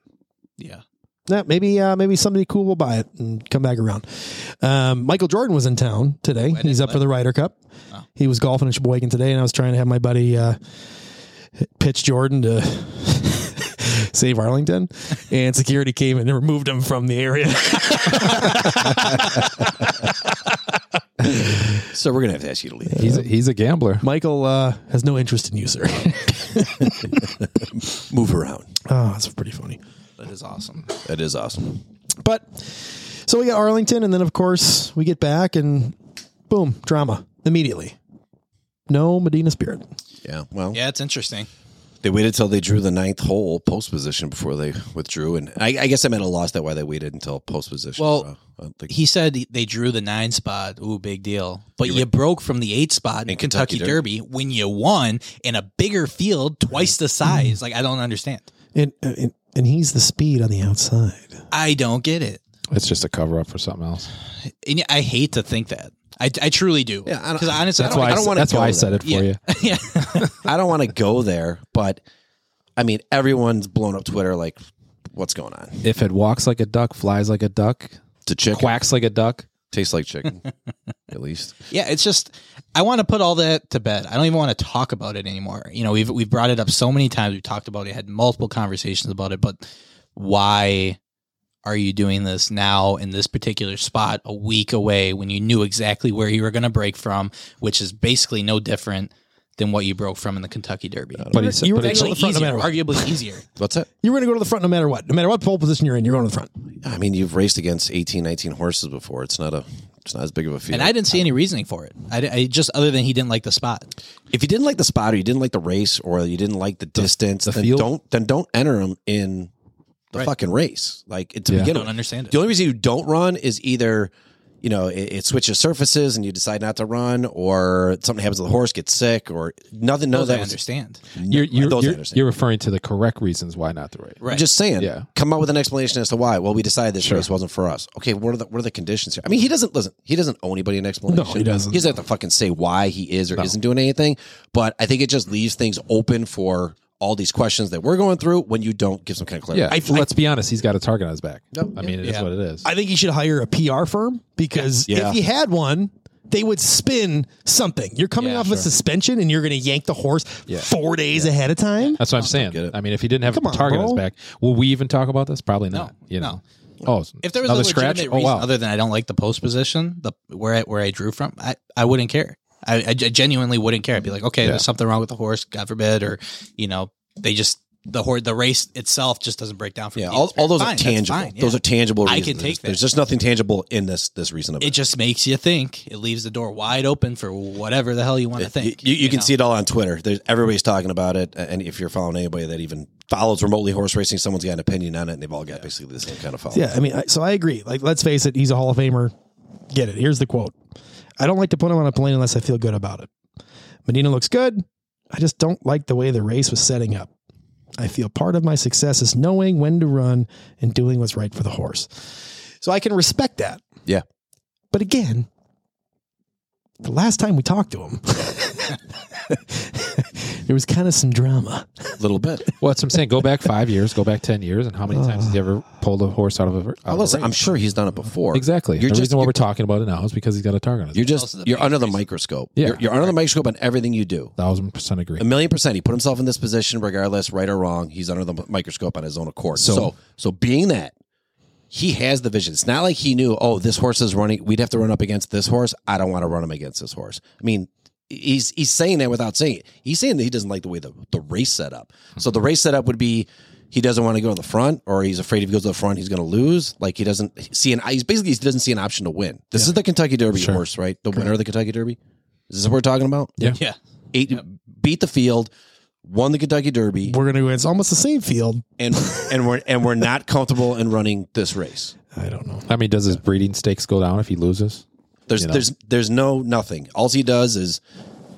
Speaker 3: Yeah.
Speaker 1: Yeah, maybe uh, maybe somebody cool will buy it and come back around. Um, Michael Jordan was in town today. He's up for the Ryder Cup. He was golfing in Sheboygan today, and I was trying to have my buddy uh, pitch Jordan to save Arlington, and security came and removed him from the area.
Speaker 4: So we're gonna have to ask you to leave.
Speaker 2: He's a, he's a gambler.
Speaker 1: Michael uh, has no interest in you, sir.
Speaker 4: Move around.
Speaker 1: oh, that's pretty funny.
Speaker 3: That is awesome.
Speaker 4: That is awesome.
Speaker 1: But so we got Arlington, and then of course we get back, and boom, drama immediately. No Medina Spirit.
Speaker 4: Yeah. Well,
Speaker 3: Yeah, it's interesting.
Speaker 4: they waited till they drew the ninth hole post position before they withdrew, and I, I guess I'm at a loss that why they waited until post position. Uh,
Speaker 3: Well,
Speaker 4: So, I don't think-
Speaker 3: He said they drew the nine spot. Ooh, big deal. But you broke from the eight spot in Kentucky,
Speaker 4: Kentucky
Speaker 3: Derby, when you won in a bigger field, twice the size. Like I don't understand.
Speaker 1: And, uh, and and he's the speed on the outside.
Speaker 3: I don't get it.
Speaker 2: It's just a cover up for something else.
Speaker 3: And I hate to think that. I, I truly do.
Speaker 4: Yeah, I don't-
Speaker 3: 'Cause honestly,
Speaker 2: That's
Speaker 3: I
Speaker 4: that's
Speaker 3: don't,
Speaker 2: why. I,
Speaker 4: don't wanna
Speaker 2: that's why
Speaker 4: go
Speaker 2: I said
Speaker 4: there.
Speaker 2: it for
Speaker 3: Yeah.
Speaker 2: you.
Speaker 3: yeah,
Speaker 4: I don't want to go there, but I mean, everyone's blown up Twitter. Like, what's going on?
Speaker 2: If it walks like a duck, flies like a duck,
Speaker 4: It's a chicken.
Speaker 2: quacks like a duck,
Speaker 4: Tastes like chicken, at least.
Speaker 3: yeah. It's just I want to put all that to bed. I don't even want to talk about it anymore. You know, we've we've brought it up so many times. We've talked about it. Had multiple conversations about it. But why are you doing this now in this particular spot, a week away, when you knew exactly where you were going to break from, which is basically no different than what you broke from in the Kentucky Derby.
Speaker 2: but he said,
Speaker 1: you were
Speaker 2: but he-
Speaker 1: Go to
Speaker 3: Actually,
Speaker 1: the front no
Speaker 3: easier,
Speaker 1: matter what.
Speaker 3: arguably easier.
Speaker 4: What's it?
Speaker 1: You're going to go to the front no matter what. No matter what pole position you're in, you're going to the front.
Speaker 4: I mean, you've raced against 18, 19 horses before. It's not a. It's not as big of a feat.
Speaker 3: And I didn't see any reasoning for it. I, di- I just other than he didn't like the spot.
Speaker 4: if you didn't like the spot, or you didn't like the race, or you didn't like the distance,
Speaker 2: the
Speaker 4: then
Speaker 2: field?
Speaker 4: don't then don't enter them in the
Speaker 3: Right.
Speaker 4: fucking race. Like it- to
Speaker 2: Yeah.
Speaker 4: begin
Speaker 3: Don't
Speaker 4: with.
Speaker 3: understand it.
Speaker 4: The only reason you don't run is either you know it, it switches surfaces and you decide not to run, or something happens to the horse, gets sick, or nothing. No,
Speaker 3: Those I
Speaker 4: Oh, that was
Speaker 3: understand.
Speaker 2: you're, you're,
Speaker 4: those I
Speaker 2: you're,
Speaker 4: understand.
Speaker 2: you're referring to the correct reasons why not the right.
Speaker 3: Right.
Speaker 4: I'm just saying.
Speaker 2: Yeah.
Speaker 4: Come up with an explanation as to why. Well, we decided this
Speaker 2: Sure.
Speaker 4: race wasn't for us. Okay, what are the what are the conditions here? I mean, he doesn't listen. He doesn't owe anybody an explanation.
Speaker 2: No, he doesn't.
Speaker 4: He doesn't have to fucking say why he is or isn't doing anything. But I think it just leaves things open for all these questions that we're going through when you don't give some kind of clarity.
Speaker 2: Yeah. let's be honest. He's got a target on his back.
Speaker 4: Yep.
Speaker 2: I mean, it is
Speaker 3: Yeah.
Speaker 2: what it is.
Speaker 1: I think you should hire a PR firm because
Speaker 4: Yeah.
Speaker 1: if you had one, they would spin something. You're coming
Speaker 3: Yeah,
Speaker 1: off a suspension and you're going to yank the horse four days ahead of time.
Speaker 2: That's what I'm saying.
Speaker 4: get it.
Speaker 2: I mean, if he didn't have
Speaker 1: Come
Speaker 2: a
Speaker 1: on,
Speaker 2: target on his
Speaker 1: bro.
Speaker 2: back, will we even talk about this? Probably not. you know. Oh,
Speaker 3: If there was
Speaker 2: another
Speaker 3: a legitimate
Speaker 2: scratch.
Speaker 3: reason
Speaker 2: Oh wow.
Speaker 3: other than I don't like the post position, the where I, where I drew from, I, I wouldn't care. I, I ge- genuinely wouldn't care. I'd be like, okay,
Speaker 2: Yeah.
Speaker 3: there's something wrong with the horse, God forbid, or you know, they just the hor- the race itself just doesn't break down for
Speaker 4: Yeah,
Speaker 3: me.
Speaker 4: all, all those
Speaker 3: Fine,
Speaker 4: are
Speaker 3: that's
Speaker 4: tangible.
Speaker 3: fine, yeah.
Speaker 4: Those are tangible.
Speaker 3: I
Speaker 4: Reasons.
Speaker 3: can
Speaker 4: there's,
Speaker 3: take that.
Speaker 4: There's just nothing tangible in this this reason of it.
Speaker 3: It just makes you think. It leaves the door wide open for whatever the hell you want to think.
Speaker 4: You, you, can
Speaker 3: know?
Speaker 4: see it all on Twitter. There's everybody's talking about it, and if you're following anybody that even follows remotely horse racing, someone's got an opinion on it, and they've all got basically the same kind of follow.
Speaker 1: Yeah, I mean, I- so I agree. Like, let's face it, he's a Hall of Famer. Get it. Here's the quote I don't like to put him on a plane unless I feel good about it. Medina looks good. I just don't like the way the race was setting up. I feel part of my success is knowing when to run and doing what's right for the horse. So I can respect that.
Speaker 4: Yeah.
Speaker 1: But again, the last time we talked to him, there was kind of some drama.
Speaker 4: a little bit.
Speaker 2: Well, that's what I'm saying. Go back five years, go back ten years, and how many times has he ever pulled a horse out of a? Out
Speaker 4: Oh,
Speaker 2: of a
Speaker 4: listen,
Speaker 2: race?
Speaker 4: I'm sure he's done it before.
Speaker 2: exactly.
Speaker 4: You're
Speaker 2: the
Speaker 4: just
Speaker 2: reason why
Speaker 4: you're,
Speaker 2: we're talking about it now is because he's got a target on his
Speaker 4: you're
Speaker 3: Also
Speaker 4: just
Speaker 3: the
Speaker 4: you're
Speaker 3: biggest
Speaker 4: under the
Speaker 3: reason.
Speaker 4: microscope.
Speaker 2: Yeah.
Speaker 4: You're, you're under the microscope on everything you do.
Speaker 2: back. thousand percent agree.
Speaker 4: A million percent. He put himself in this position, regardless, right or wrong. He's under the microscope on his own accord. So, so, being that he has the vision, it's not like he knew. Oh, this horse is running. We'd have to run up against this horse. I don't want to run him against this horse. I mean, he's he's saying that without saying it. He's saying that he doesn't like the way the the race set up. So the race setup would be. He doesn't want to go to the front, or he's afraid if he goes to the front, he's going to lose. Like he doesn't see an. He's basically he doesn't see an option to win. This is the Kentucky Derby horse, right? The winner of the Kentucky Derby. Is this what we're talking about?
Speaker 2: Yeah.
Speaker 3: Yeah.
Speaker 4: eight, beat the field, win the Kentucky Derby,
Speaker 1: We're going to go, it's almost the same field.
Speaker 4: and and we're and we're not comfortable in running this race.
Speaker 1: I don't know.
Speaker 2: I mean, does his breeding stakes go down if he loses?
Speaker 4: There's
Speaker 2: You know.
Speaker 4: there's there's no nothing. All he does is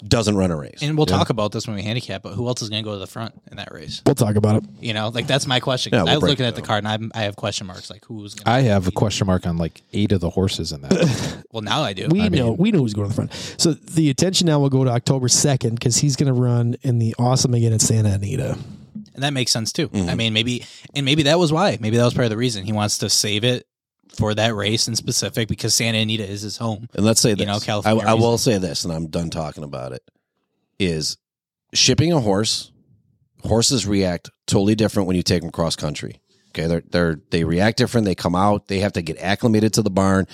Speaker 4: doesn't run a race.
Speaker 3: And we'll talk about this when we handicap, but who else is going to go to the front in that race?
Speaker 1: We'll talk about it.
Speaker 3: You know, like that's my question.
Speaker 4: Yeah,
Speaker 3: 'Cause
Speaker 4: we'll
Speaker 3: I was
Speaker 4: break
Speaker 3: looking
Speaker 4: it
Speaker 3: at the card and I'm, I have question marks. Like, who's going to?
Speaker 2: I have a question mark on like eight of the horses in that.
Speaker 3: Well, now I do.
Speaker 1: We know we know who's going to the front. So the attention now will go to October second because he's going to run in the awesome again at Santa Anita.
Speaker 3: and that makes sense too.
Speaker 1: Mm-hmm.
Speaker 3: I mean, maybe, and maybe that was why. Maybe that was part of the reason he wants to save it for that race in specific because Santa Anita is his home.
Speaker 4: And let's say this.
Speaker 3: know,
Speaker 4: I,
Speaker 3: California
Speaker 4: I will say this, and I'm done talking about it. Is shipping a horse. Horses react totally different when you take them cross country. Okay, they're they're they react different. They come out. They have to get acclimated to the barn.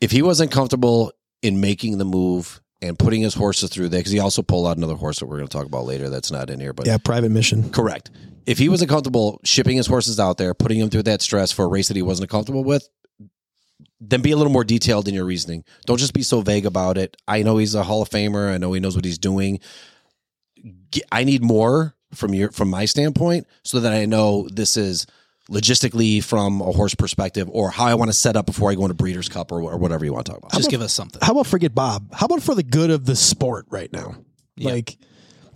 Speaker 4: If he wasn't comfortable in making the move and putting his horses through there, because he also pulled out another horse that we're going to talk about later. That's not in here, but
Speaker 1: Yeah, private mission.
Speaker 4: Correct. If he wasn't comfortable shipping his horses out there, putting him through that stress for a race that he wasn't comfortable with, then be a little more detailed in your reasoning. Don't just be so vague about it. I know he's a Hall of Famer. I know he knows what he's doing. G- I need more from your from my standpoint, so that I know this is logistically from a horse perspective, or how I want to set up before I go into Breeders' Cup or, or whatever you want to talk about.
Speaker 3: Just give us something.
Speaker 1: How about forget Bob? How about for the good of the sport right now? Like,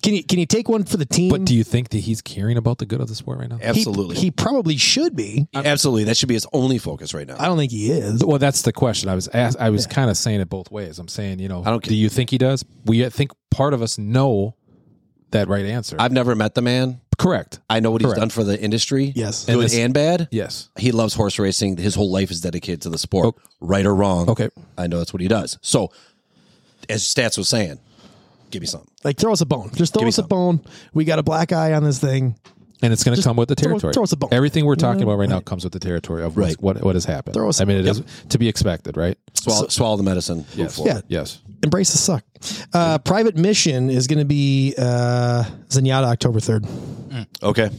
Speaker 1: Can you can you take one for the team?
Speaker 2: But do you think that he's caring about the good of the sport right now?
Speaker 1: He-
Speaker 4: Absolutely.
Speaker 1: He, probably should be.
Speaker 4: Absolutely. That should be his only focus right now.
Speaker 1: I don't think he is.
Speaker 2: Well, that's the question. I was asked, I was kind of saying it both ways. I'm saying, you know,
Speaker 4: I don't
Speaker 2: do
Speaker 4: ca-
Speaker 2: you think he does? We think part of us know that right answer.
Speaker 4: I've never met the man.
Speaker 2: Correct.
Speaker 4: I know what
Speaker 2: Correct.
Speaker 4: he's done for the industry.
Speaker 1: Yes.
Speaker 4: Good
Speaker 2: And
Speaker 4: and,
Speaker 2: this-
Speaker 4: bad.
Speaker 2: Yes.
Speaker 4: He loves horse racing. His whole life is dedicated to the sport,
Speaker 2: Oh.
Speaker 4: right or wrong.
Speaker 2: Okay.
Speaker 4: I know that's what he does. So, as Stats was saying, give me something.
Speaker 1: Like throw us a bone. Just throw us a bone. We got a black eye on this thing.
Speaker 2: And it's going to come with the
Speaker 1: throw-
Speaker 2: territory.
Speaker 1: throw us a bone.
Speaker 2: Everything we're talking about right now comes with the territory of what's-
Speaker 4: Right.
Speaker 2: what what has happened.
Speaker 1: Throw us a
Speaker 2: I mean, it is to be expected, right?
Speaker 4: Swallow, swallow the medicine. Move forward.
Speaker 1: Yeah.
Speaker 2: Yes.
Speaker 1: Embrace the suck. Uh, Private Mission is going to be uh, Zenyatta October third.
Speaker 4: Okay.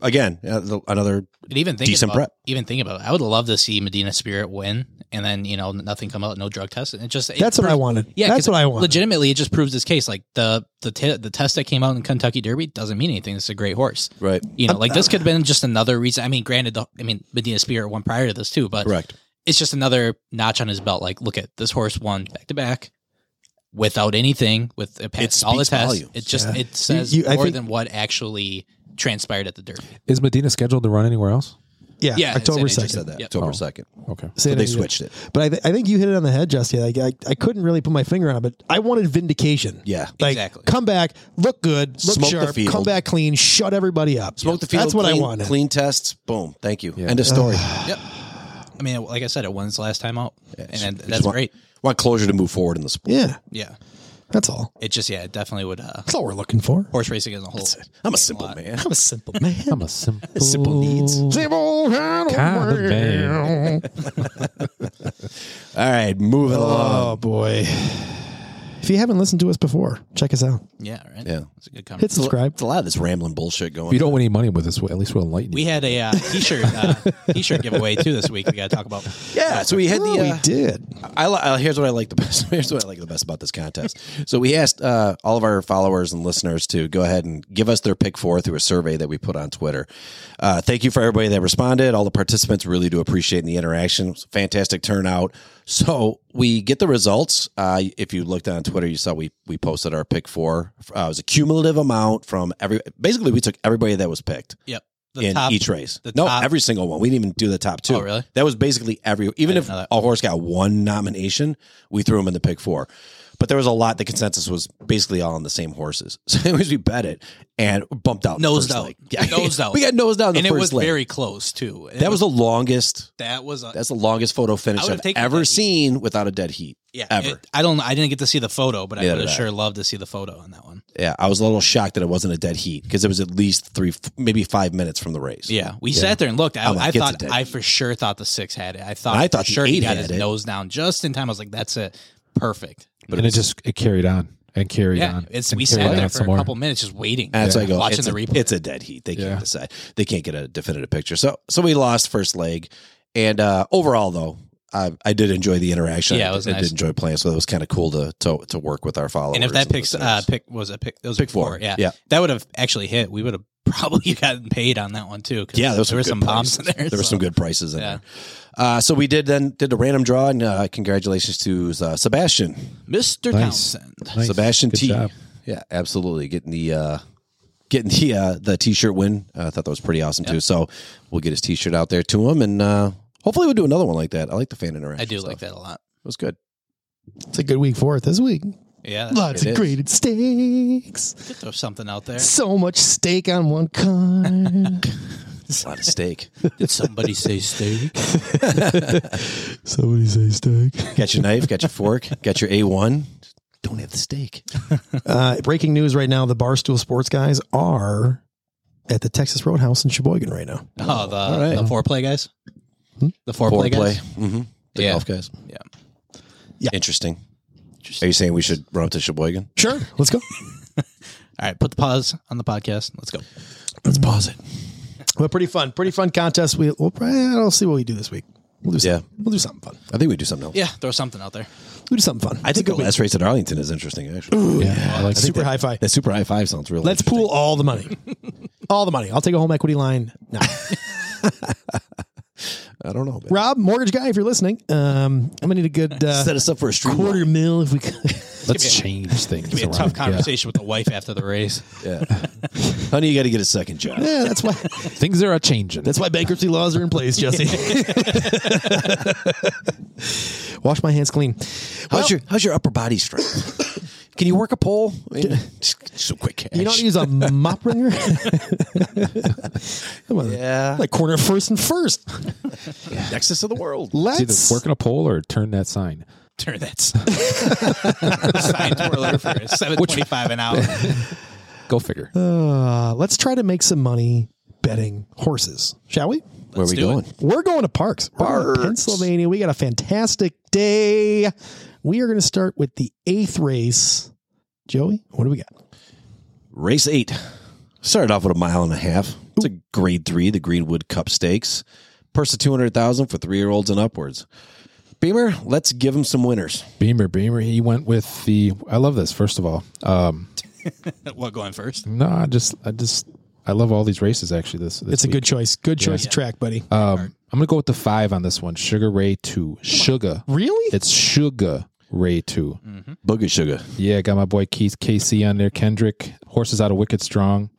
Speaker 4: Again, uh, the- another.
Speaker 3: And even thinking
Speaker 4: Decent
Speaker 3: about,
Speaker 4: prep.
Speaker 3: even thinking about it, I would love to see Medina Spirit win, and then you know nothing come out, no drug test, and it just it
Speaker 1: That's what
Speaker 3: proves-
Speaker 1: I wanted.
Speaker 3: Yeah,
Speaker 1: that's
Speaker 3: 'cause
Speaker 1: what I wanted.
Speaker 3: Legitimately, it just proves this case. Like the the te- the test that came out in Kentucky Derby doesn't mean anything. It's a great horse,
Speaker 4: Right.
Speaker 3: You know, like this could have been just another reason. I mean, granted, the, I mean Medina Spirit won prior to this too, but
Speaker 4: Correct.
Speaker 3: it's just another notch on his belt. Like, look at this horse won back to back without anything, with it passed all the
Speaker 4: speaks
Speaker 3: tests.
Speaker 4: volumes.
Speaker 3: It just
Speaker 1: Yeah.
Speaker 3: it says
Speaker 1: you- I
Speaker 3: more
Speaker 1: think-
Speaker 3: than what actually transpired at the Derby.
Speaker 2: Is Medina scheduled to run anywhere else?
Speaker 1: yeah,
Speaker 3: yeah,
Speaker 1: October
Speaker 3: it's- it
Speaker 1: second.
Speaker 3: just
Speaker 4: Said that
Speaker 3: Yep.
Speaker 4: October
Speaker 2: Oh.
Speaker 4: 2nd.
Speaker 2: Okay.
Speaker 4: So they switched it.
Speaker 1: But I, th- I think you hit it on the head, Jesse. Like I, I couldn't really put my finger on it, but I wanted vindication.
Speaker 4: Yeah.
Speaker 1: Like
Speaker 3: Exactly.
Speaker 1: come back, look good, look
Speaker 4: Smoke the
Speaker 1: sharp,
Speaker 4: field.
Speaker 1: come back clean, shut everybody up.
Speaker 4: Smoke the field.
Speaker 1: That's what I
Speaker 4: clean-
Speaker 1: wanted.
Speaker 4: Clean tests. Boom. Thank you. End of story.
Speaker 3: I mean, like I said, it won its last time out, and then
Speaker 4: Just
Speaker 3: that's
Speaker 4: want-
Speaker 3: great.
Speaker 4: Want closure to move forward in the sport.
Speaker 1: Yeah,
Speaker 3: Yeah,
Speaker 1: that's all.
Speaker 3: it just yeah, it definitely would. Uh,
Speaker 1: That's all we're looking for.
Speaker 3: horse racing as a whole.
Speaker 4: I'm a simple man.
Speaker 1: I'm a simple man.
Speaker 2: I'm a simple,
Speaker 4: Simple needs.
Speaker 1: simple kind of
Speaker 2: Kind of man.
Speaker 4: All right, moving along.
Speaker 1: Oh boy. If you haven't listened to us before, check us out.
Speaker 3: Yeah, right.
Speaker 4: Yeah.
Speaker 3: it's a good
Speaker 1: Hit
Speaker 3: conversation.
Speaker 1: subscribe.
Speaker 4: It's a lot of this rambling bullshit going.
Speaker 2: If you don't win any money with this, well, at least we'll enlighten
Speaker 3: We
Speaker 2: you.
Speaker 3: had a uh, t-shirt uh, t-shirt giveaway too this week. We got to talk about.
Speaker 4: yeah, so we had
Speaker 1: Oh,
Speaker 4: the.
Speaker 1: we
Speaker 4: Uh,
Speaker 1: did.
Speaker 4: I, li- I here's what I like the best. Here's what I like the best about this contest. So we asked uh, all of our followers and listeners to go ahead and give us their pick four through a survey that we put on Twitter. Uh, thank you for everybody that responded. All the participants really do appreciate the interaction. It was a fantastic turnout. So we get the results. Uh, if you looked on Twitter, you saw we we posted our pick four. Uh, it was a cumulative amount from every. Basically, we took everybody that was picked.
Speaker 3: Yep,
Speaker 4: in each race.
Speaker 3: the
Speaker 4: no,
Speaker 3: top-
Speaker 4: every single one. We didn't even do the top two.
Speaker 3: Oh, really?
Speaker 4: That was basically every. Even if
Speaker 3: know that.
Speaker 4: a horse got one nomination, we threw him in the pick four. But there was a lot. The consensus was basically all on the same horses. So anyways, we bet it and bumped out. the
Speaker 3: Nosed
Speaker 4: first
Speaker 3: out.
Speaker 4: leg.
Speaker 3: Nosed out.
Speaker 4: We got nosed out. In
Speaker 3: and
Speaker 4: the
Speaker 3: it
Speaker 4: first
Speaker 3: was
Speaker 4: leg.
Speaker 3: very close too. It
Speaker 4: That was the longest.
Speaker 3: that was a
Speaker 4: That's the longest photo
Speaker 3: I
Speaker 4: finish
Speaker 3: would've
Speaker 4: I've
Speaker 3: taken that
Speaker 4: ever
Speaker 3: heat.
Speaker 4: seen without a dead heat.
Speaker 3: yeah.
Speaker 4: ever.
Speaker 3: it- I don't. I didn't get to see the photo, but I
Speaker 4: Neither
Speaker 3: would have
Speaker 4: did I.
Speaker 3: sure loved to see the photo on that one.
Speaker 4: Yeah, I was a little shocked that it wasn't a dead heat because it was at least three, maybe five minutes from the race.
Speaker 3: Yeah, we sat there and looked. I,
Speaker 4: I'm like,
Speaker 3: I
Speaker 4: get to
Speaker 3: thought
Speaker 4: Oh, that.
Speaker 3: I for sure thought the six had it. I thought
Speaker 4: And I thought
Speaker 3: for
Speaker 4: the
Speaker 3: sure he
Speaker 4: eight
Speaker 3: got
Speaker 4: had
Speaker 3: his
Speaker 4: it.
Speaker 3: nose down just in time. I was like, that's it, perfect.
Speaker 2: But and it just it carried on and carried
Speaker 3: Yeah,
Speaker 2: on.
Speaker 3: it's
Speaker 2: and
Speaker 3: we
Speaker 2: carried
Speaker 3: sat
Speaker 2: on
Speaker 3: there for
Speaker 2: some more.
Speaker 3: a couple minutes just waiting.
Speaker 4: And that's
Speaker 3: Yeah.
Speaker 4: why I go
Speaker 3: watching
Speaker 4: it's
Speaker 3: the
Speaker 4: a-
Speaker 3: replay.
Speaker 4: It's a dead heat. They
Speaker 2: Yeah.
Speaker 4: can't decide. They can't get a definitive picture. So so we lost first leg, and uh, overall though, I, I did enjoy the interaction.
Speaker 3: Yeah, it
Speaker 4: I,
Speaker 3: was
Speaker 4: I
Speaker 3: nice.
Speaker 4: did enjoy playing. So it was kind of cool to, to to work with our followers.
Speaker 3: And if that picks
Speaker 4: listeners.
Speaker 3: uh, pick was a pick, that was
Speaker 4: Pick
Speaker 3: pick
Speaker 4: four,
Speaker 3: four, yeah,
Speaker 4: yeah.
Speaker 3: that would have actually hit. We would have probably gotten paid on that one too. 'cause
Speaker 4: yeah, there was
Speaker 3: there were some
Speaker 4: some good
Speaker 3: bombs in
Speaker 4: prices.
Speaker 3: there.
Speaker 4: There were
Speaker 3: so-
Speaker 4: some good prices in
Speaker 3: Yeah.
Speaker 4: there. Uh, so we did then did a random draw, and uh, congratulations to uh, Sebastian,
Speaker 3: Mr.
Speaker 2: Nice.
Speaker 3: Townsend.
Speaker 2: Nice.
Speaker 4: Sebastian
Speaker 2: Good
Speaker 4: T.
Speaker 2: job.
Speaker 4: Yeah, absolutely getting the. Uh, Getting the uh, the t shirt win, uh, I thought that was pretty awesome too. So we'll get his t shirt out there to him, and uh, hopefully we'll do another one like that. I like the fan interaction.
Speaker 3: I do
Speaker 4: stuff.
Speaker 3: like that a lot.
Speaker 4: It was good.
Speaker 1: It's a good week for it this week.
Speaker 3: Yeah, that's
Speaker 1: Lots
Speaker 4: It
Speaker 1: of
Speaker 4: is.
Speaker 1: graded steaks.
Speaker 3: good. Throw something out there.
Speaker 1: So much steak on one card.
Speaker 4: It's a lot of steak.
Speaker 3: Did somebody say steak?
Speaker 1: Somebody say steak.
Speaker 4: got your knife, got your fork, got your A1. Just Don't have the steak.
Speaker 1: Uh, breaking news right now: the Barstool Sports guys are at the Texas Roadhouse in Sheboygan right now.
Speaker 3: Oh, the
Speaker 4: All right.
Speaker 3: the foreplay guys. The foreplay, guys.
Speaker 4: Mm-hmm. The
Speaker 3: Yeah.
Speaker 4: golf guys.
Speaker 3: Yeah.
Speaker 1: Yeah.
Speaker 4: Interesting. Are you saying we should run up to Sheboygan?
Speaker 1: Sure, let's go.
Speaker 3: All right, put the pause on the podcast. Let's go.
Speaker 4: Let's pause it.
Speaker 1: but pretty fun, pretty fun contest. We, we'll, I'll see what we do this week. We'll do something. We'll do something fun.
Speaker 4: I think we do something else.
Speaker 3: Yeah, throw something out there.
Speaker 1: We'll do something fun.
Speaker 4: I think
Speaker 1: It's
Speaker 4: the
Speaker 1: a good
Speaker 4: last race at Arlington is interesting, actually.
Speaker 2: Yeah, I like
Speaker 1: week. super high five.
Speaker 4: That super high five sounds really
Speaker 1: Let's pool all the money, all the money. I'll take a home equity line. now.
Speaker 4: interesting. I don't know. man.
Speaker 1: Rob, mortgage guy, if you're listening, um, I'm gonna need a good uh,
Speaker 4: Set us up for a stream.
Speaker 1: quarter mil if we could.
Speaker 2: Let's change things.
Speaker 3: It'd be a
Speaker 2: around.
Speaker 3: tough
Speaker 2: Yeah.
Speaker 3: conversation with the wife after the race.
Speaker 4: Yeah. Honey, you got to get a second job.
Speaker 1: Yeah, that's why
Speaker 2: Things are a changing.
Speaker 1: that's why bankruptcy laws are in place, Jesse. Wash my hands clean.
Speaker 4: How's your How's your upper body strength? Can you work a pole? I mean, just so quick cash.
Speaker 1: You don't use a mop ringer? Come on.
Speaker 4: Yeah.
Speaker 1: Like corner first and first.
Speaker 4: Nexus of the world.
Speaker 2: It's
Speaker 1: Let's
Speaker 2: either working a pole or turn that sign.
Speaker 3: Turn that sign twirler for seven twenty five an hour.
Speaker 2: Go figure.
Speaker 1: uh, let's try to make some money betting horses, shall we?
Speaker 4: Where are we
Speaker 3: do
Speaker 4: going?
Speaker 1: We're going to parks. We're going to
Speaker 4: Parks.
Speaker 1: Pennsylvania. We got a fantastic day. We are going to start with the eighth race. Joey, what do we got?
Speaker 4: Race eight. Started off with a mile and a half. It's a grade three, the Greenwood Cup Stakes. Purse of 200000 for three year olds and upwards. Beamer, let's give him some winners.
Speaker 2: Beamer, Beamer. He went with the. I love this. First of all, um,
Speaker 3: What going first?
Speaker 2: no, I just, I just, I love all these races. Actually, this, this
Speaker 1: It's a
Speaker 2: week.
Speaker 1: good choice. Good choice of track, buddy.
Speaker 4: Uh,
Speaker 2: Um, I'm gonna go with the five on this one. Sugar Ray two. Sugar.
Speaker 1: really?
Speaker 2: It's Sugar Ray two.
Speaker 4: Booger Sugar.
Speaker 2: Yeah, got my boy Keith KC on there. Kendrick horses out of Wicked Strong.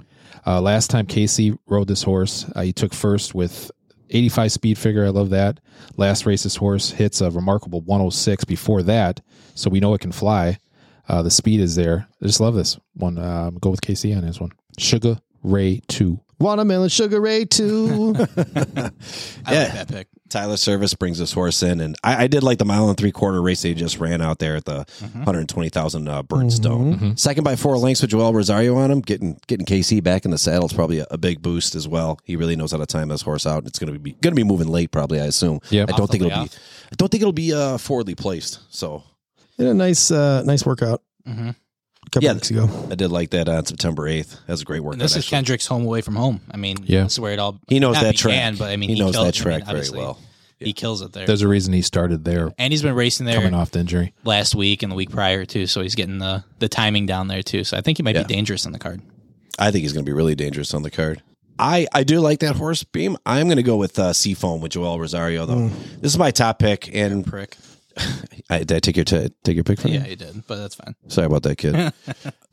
Speaker 2: Uh, last time Casey rode this horse, uh, he took first with 85 speed figure. I love that. Last race, this horse hits a remarkable 106 before that, so we know it can fly. Uh, the speed is there. I just love this one. Uh, go with KC on this one. Sugar Ray two.
Speaker 1: Watermelon Sugar Ray too.
Speaker 3: I
Speaker 4: Yeah.
Speaker 3: like that pick.
Speaker 4: Tyler Service brings this horse in, and I, I did like the mile and three quarter race they just ran out there at the hundred twenty thousand uh, Burnstone. Second by four lengths with Joel Rosario on him, getting getting KC back in the saddle is probably a, a big boost as well. He really knows how to time this horse out. It's going to be going to be moving late probably, I assume.
Speaker 2: Yep.
Speaker 4: I don't
Speaker 3: Off
Speaker 4: think
Speaker 3: the
Speaker 4: it'll
Speaker 3: way
Speaker 4: be. I don't think it'll be uh, forwardly placed. So
Speaker 1: Did a nice, uh, nice workout
Speaker 3: Mm-hmm.
Speaker 1: a couple
Speaker 4: Yeah.
Speaker 1: weeks ago.
Speaker 4: I did like that on September eighth. That's a great work.
Speaker 3: And this is Kendrick's home away from home. I mean,
Speaker 2: Yeah.
Speaker 3: this is where it all
Speaker 4: He knows
Speaker 3: not
Speaker 4: that
Speaker 3: began,
Speaker 4: track.
Speaker 3: But I mean,
Speaker 4: He
Speaker 3: killed-
Speaker 4: knows that
Speaker 3: I mean,
Speaker 4: track very
Speaker 3: obviously,
Speaker 4: well.
Speaker 3: He kills it there,
Speaker 2: There's a reason he started there,
Speaker 3: and he's been racing there
Speaker 2: coming off the injury.
Speaker 3: last week and the week prior too. So he's getting the the timing down there too. So I think he might
Speaker 4: Yeah.
Speaker 3: be dangerous on the card.
Speaker 4: I think he's going to be really dangerous on the card. I, I do like that horse beam. I'm going to go with uh, Seafoam with Joel Rosario though. This is my top pick, and
Speaker 3: Prick.
Speaker 4: I, did I take your t- take your pick from you?
Speaker 3: Yeah, he did, but that's fine.
Speaker 4: Sorry about that, kid.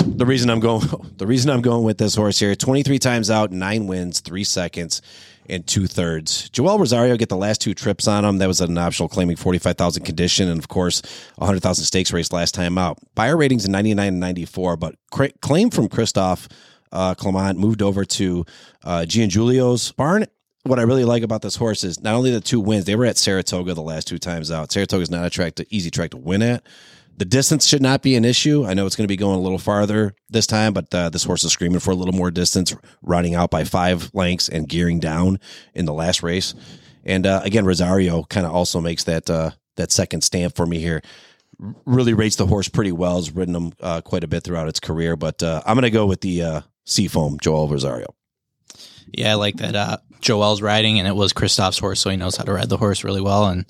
Speaker 4: the reason I'm going the reason I'm going with this horse here, 23 times out, nine wins, three seconds, and two thirds. Joel Rosario get the last two trips on him. That was an optional claiming 45,000 condition, and of course, 100,000 stakes race last time out. Buyer ratings in 99 and 94, but cra- claim from Christoph uh, Clement moved over to uh, Gian Giulio's barn what I really like about this horse is not only the two wins, they were at Saratoga the last two times out. Saratoga is not a track to easy track to win at. The distance should not be an issue. I know it's going to be going a little farther this time, but uh, this horse is screaming for a little more distance, running out by five lengths and gearing down in the last race. And uh, again, Rosario kind of also makes that uh, that second stamp for me here really rates the horse pretty well. Has ridden him uh, quite a bit throughout its career, but uh, I'm going to go with the uh, Seafoam Joel Rosario.
Speaker 3: Yeah, I like that. Uh, Joel's riding, and it was Christoph's horse, so he knows how to ride the horse really well. And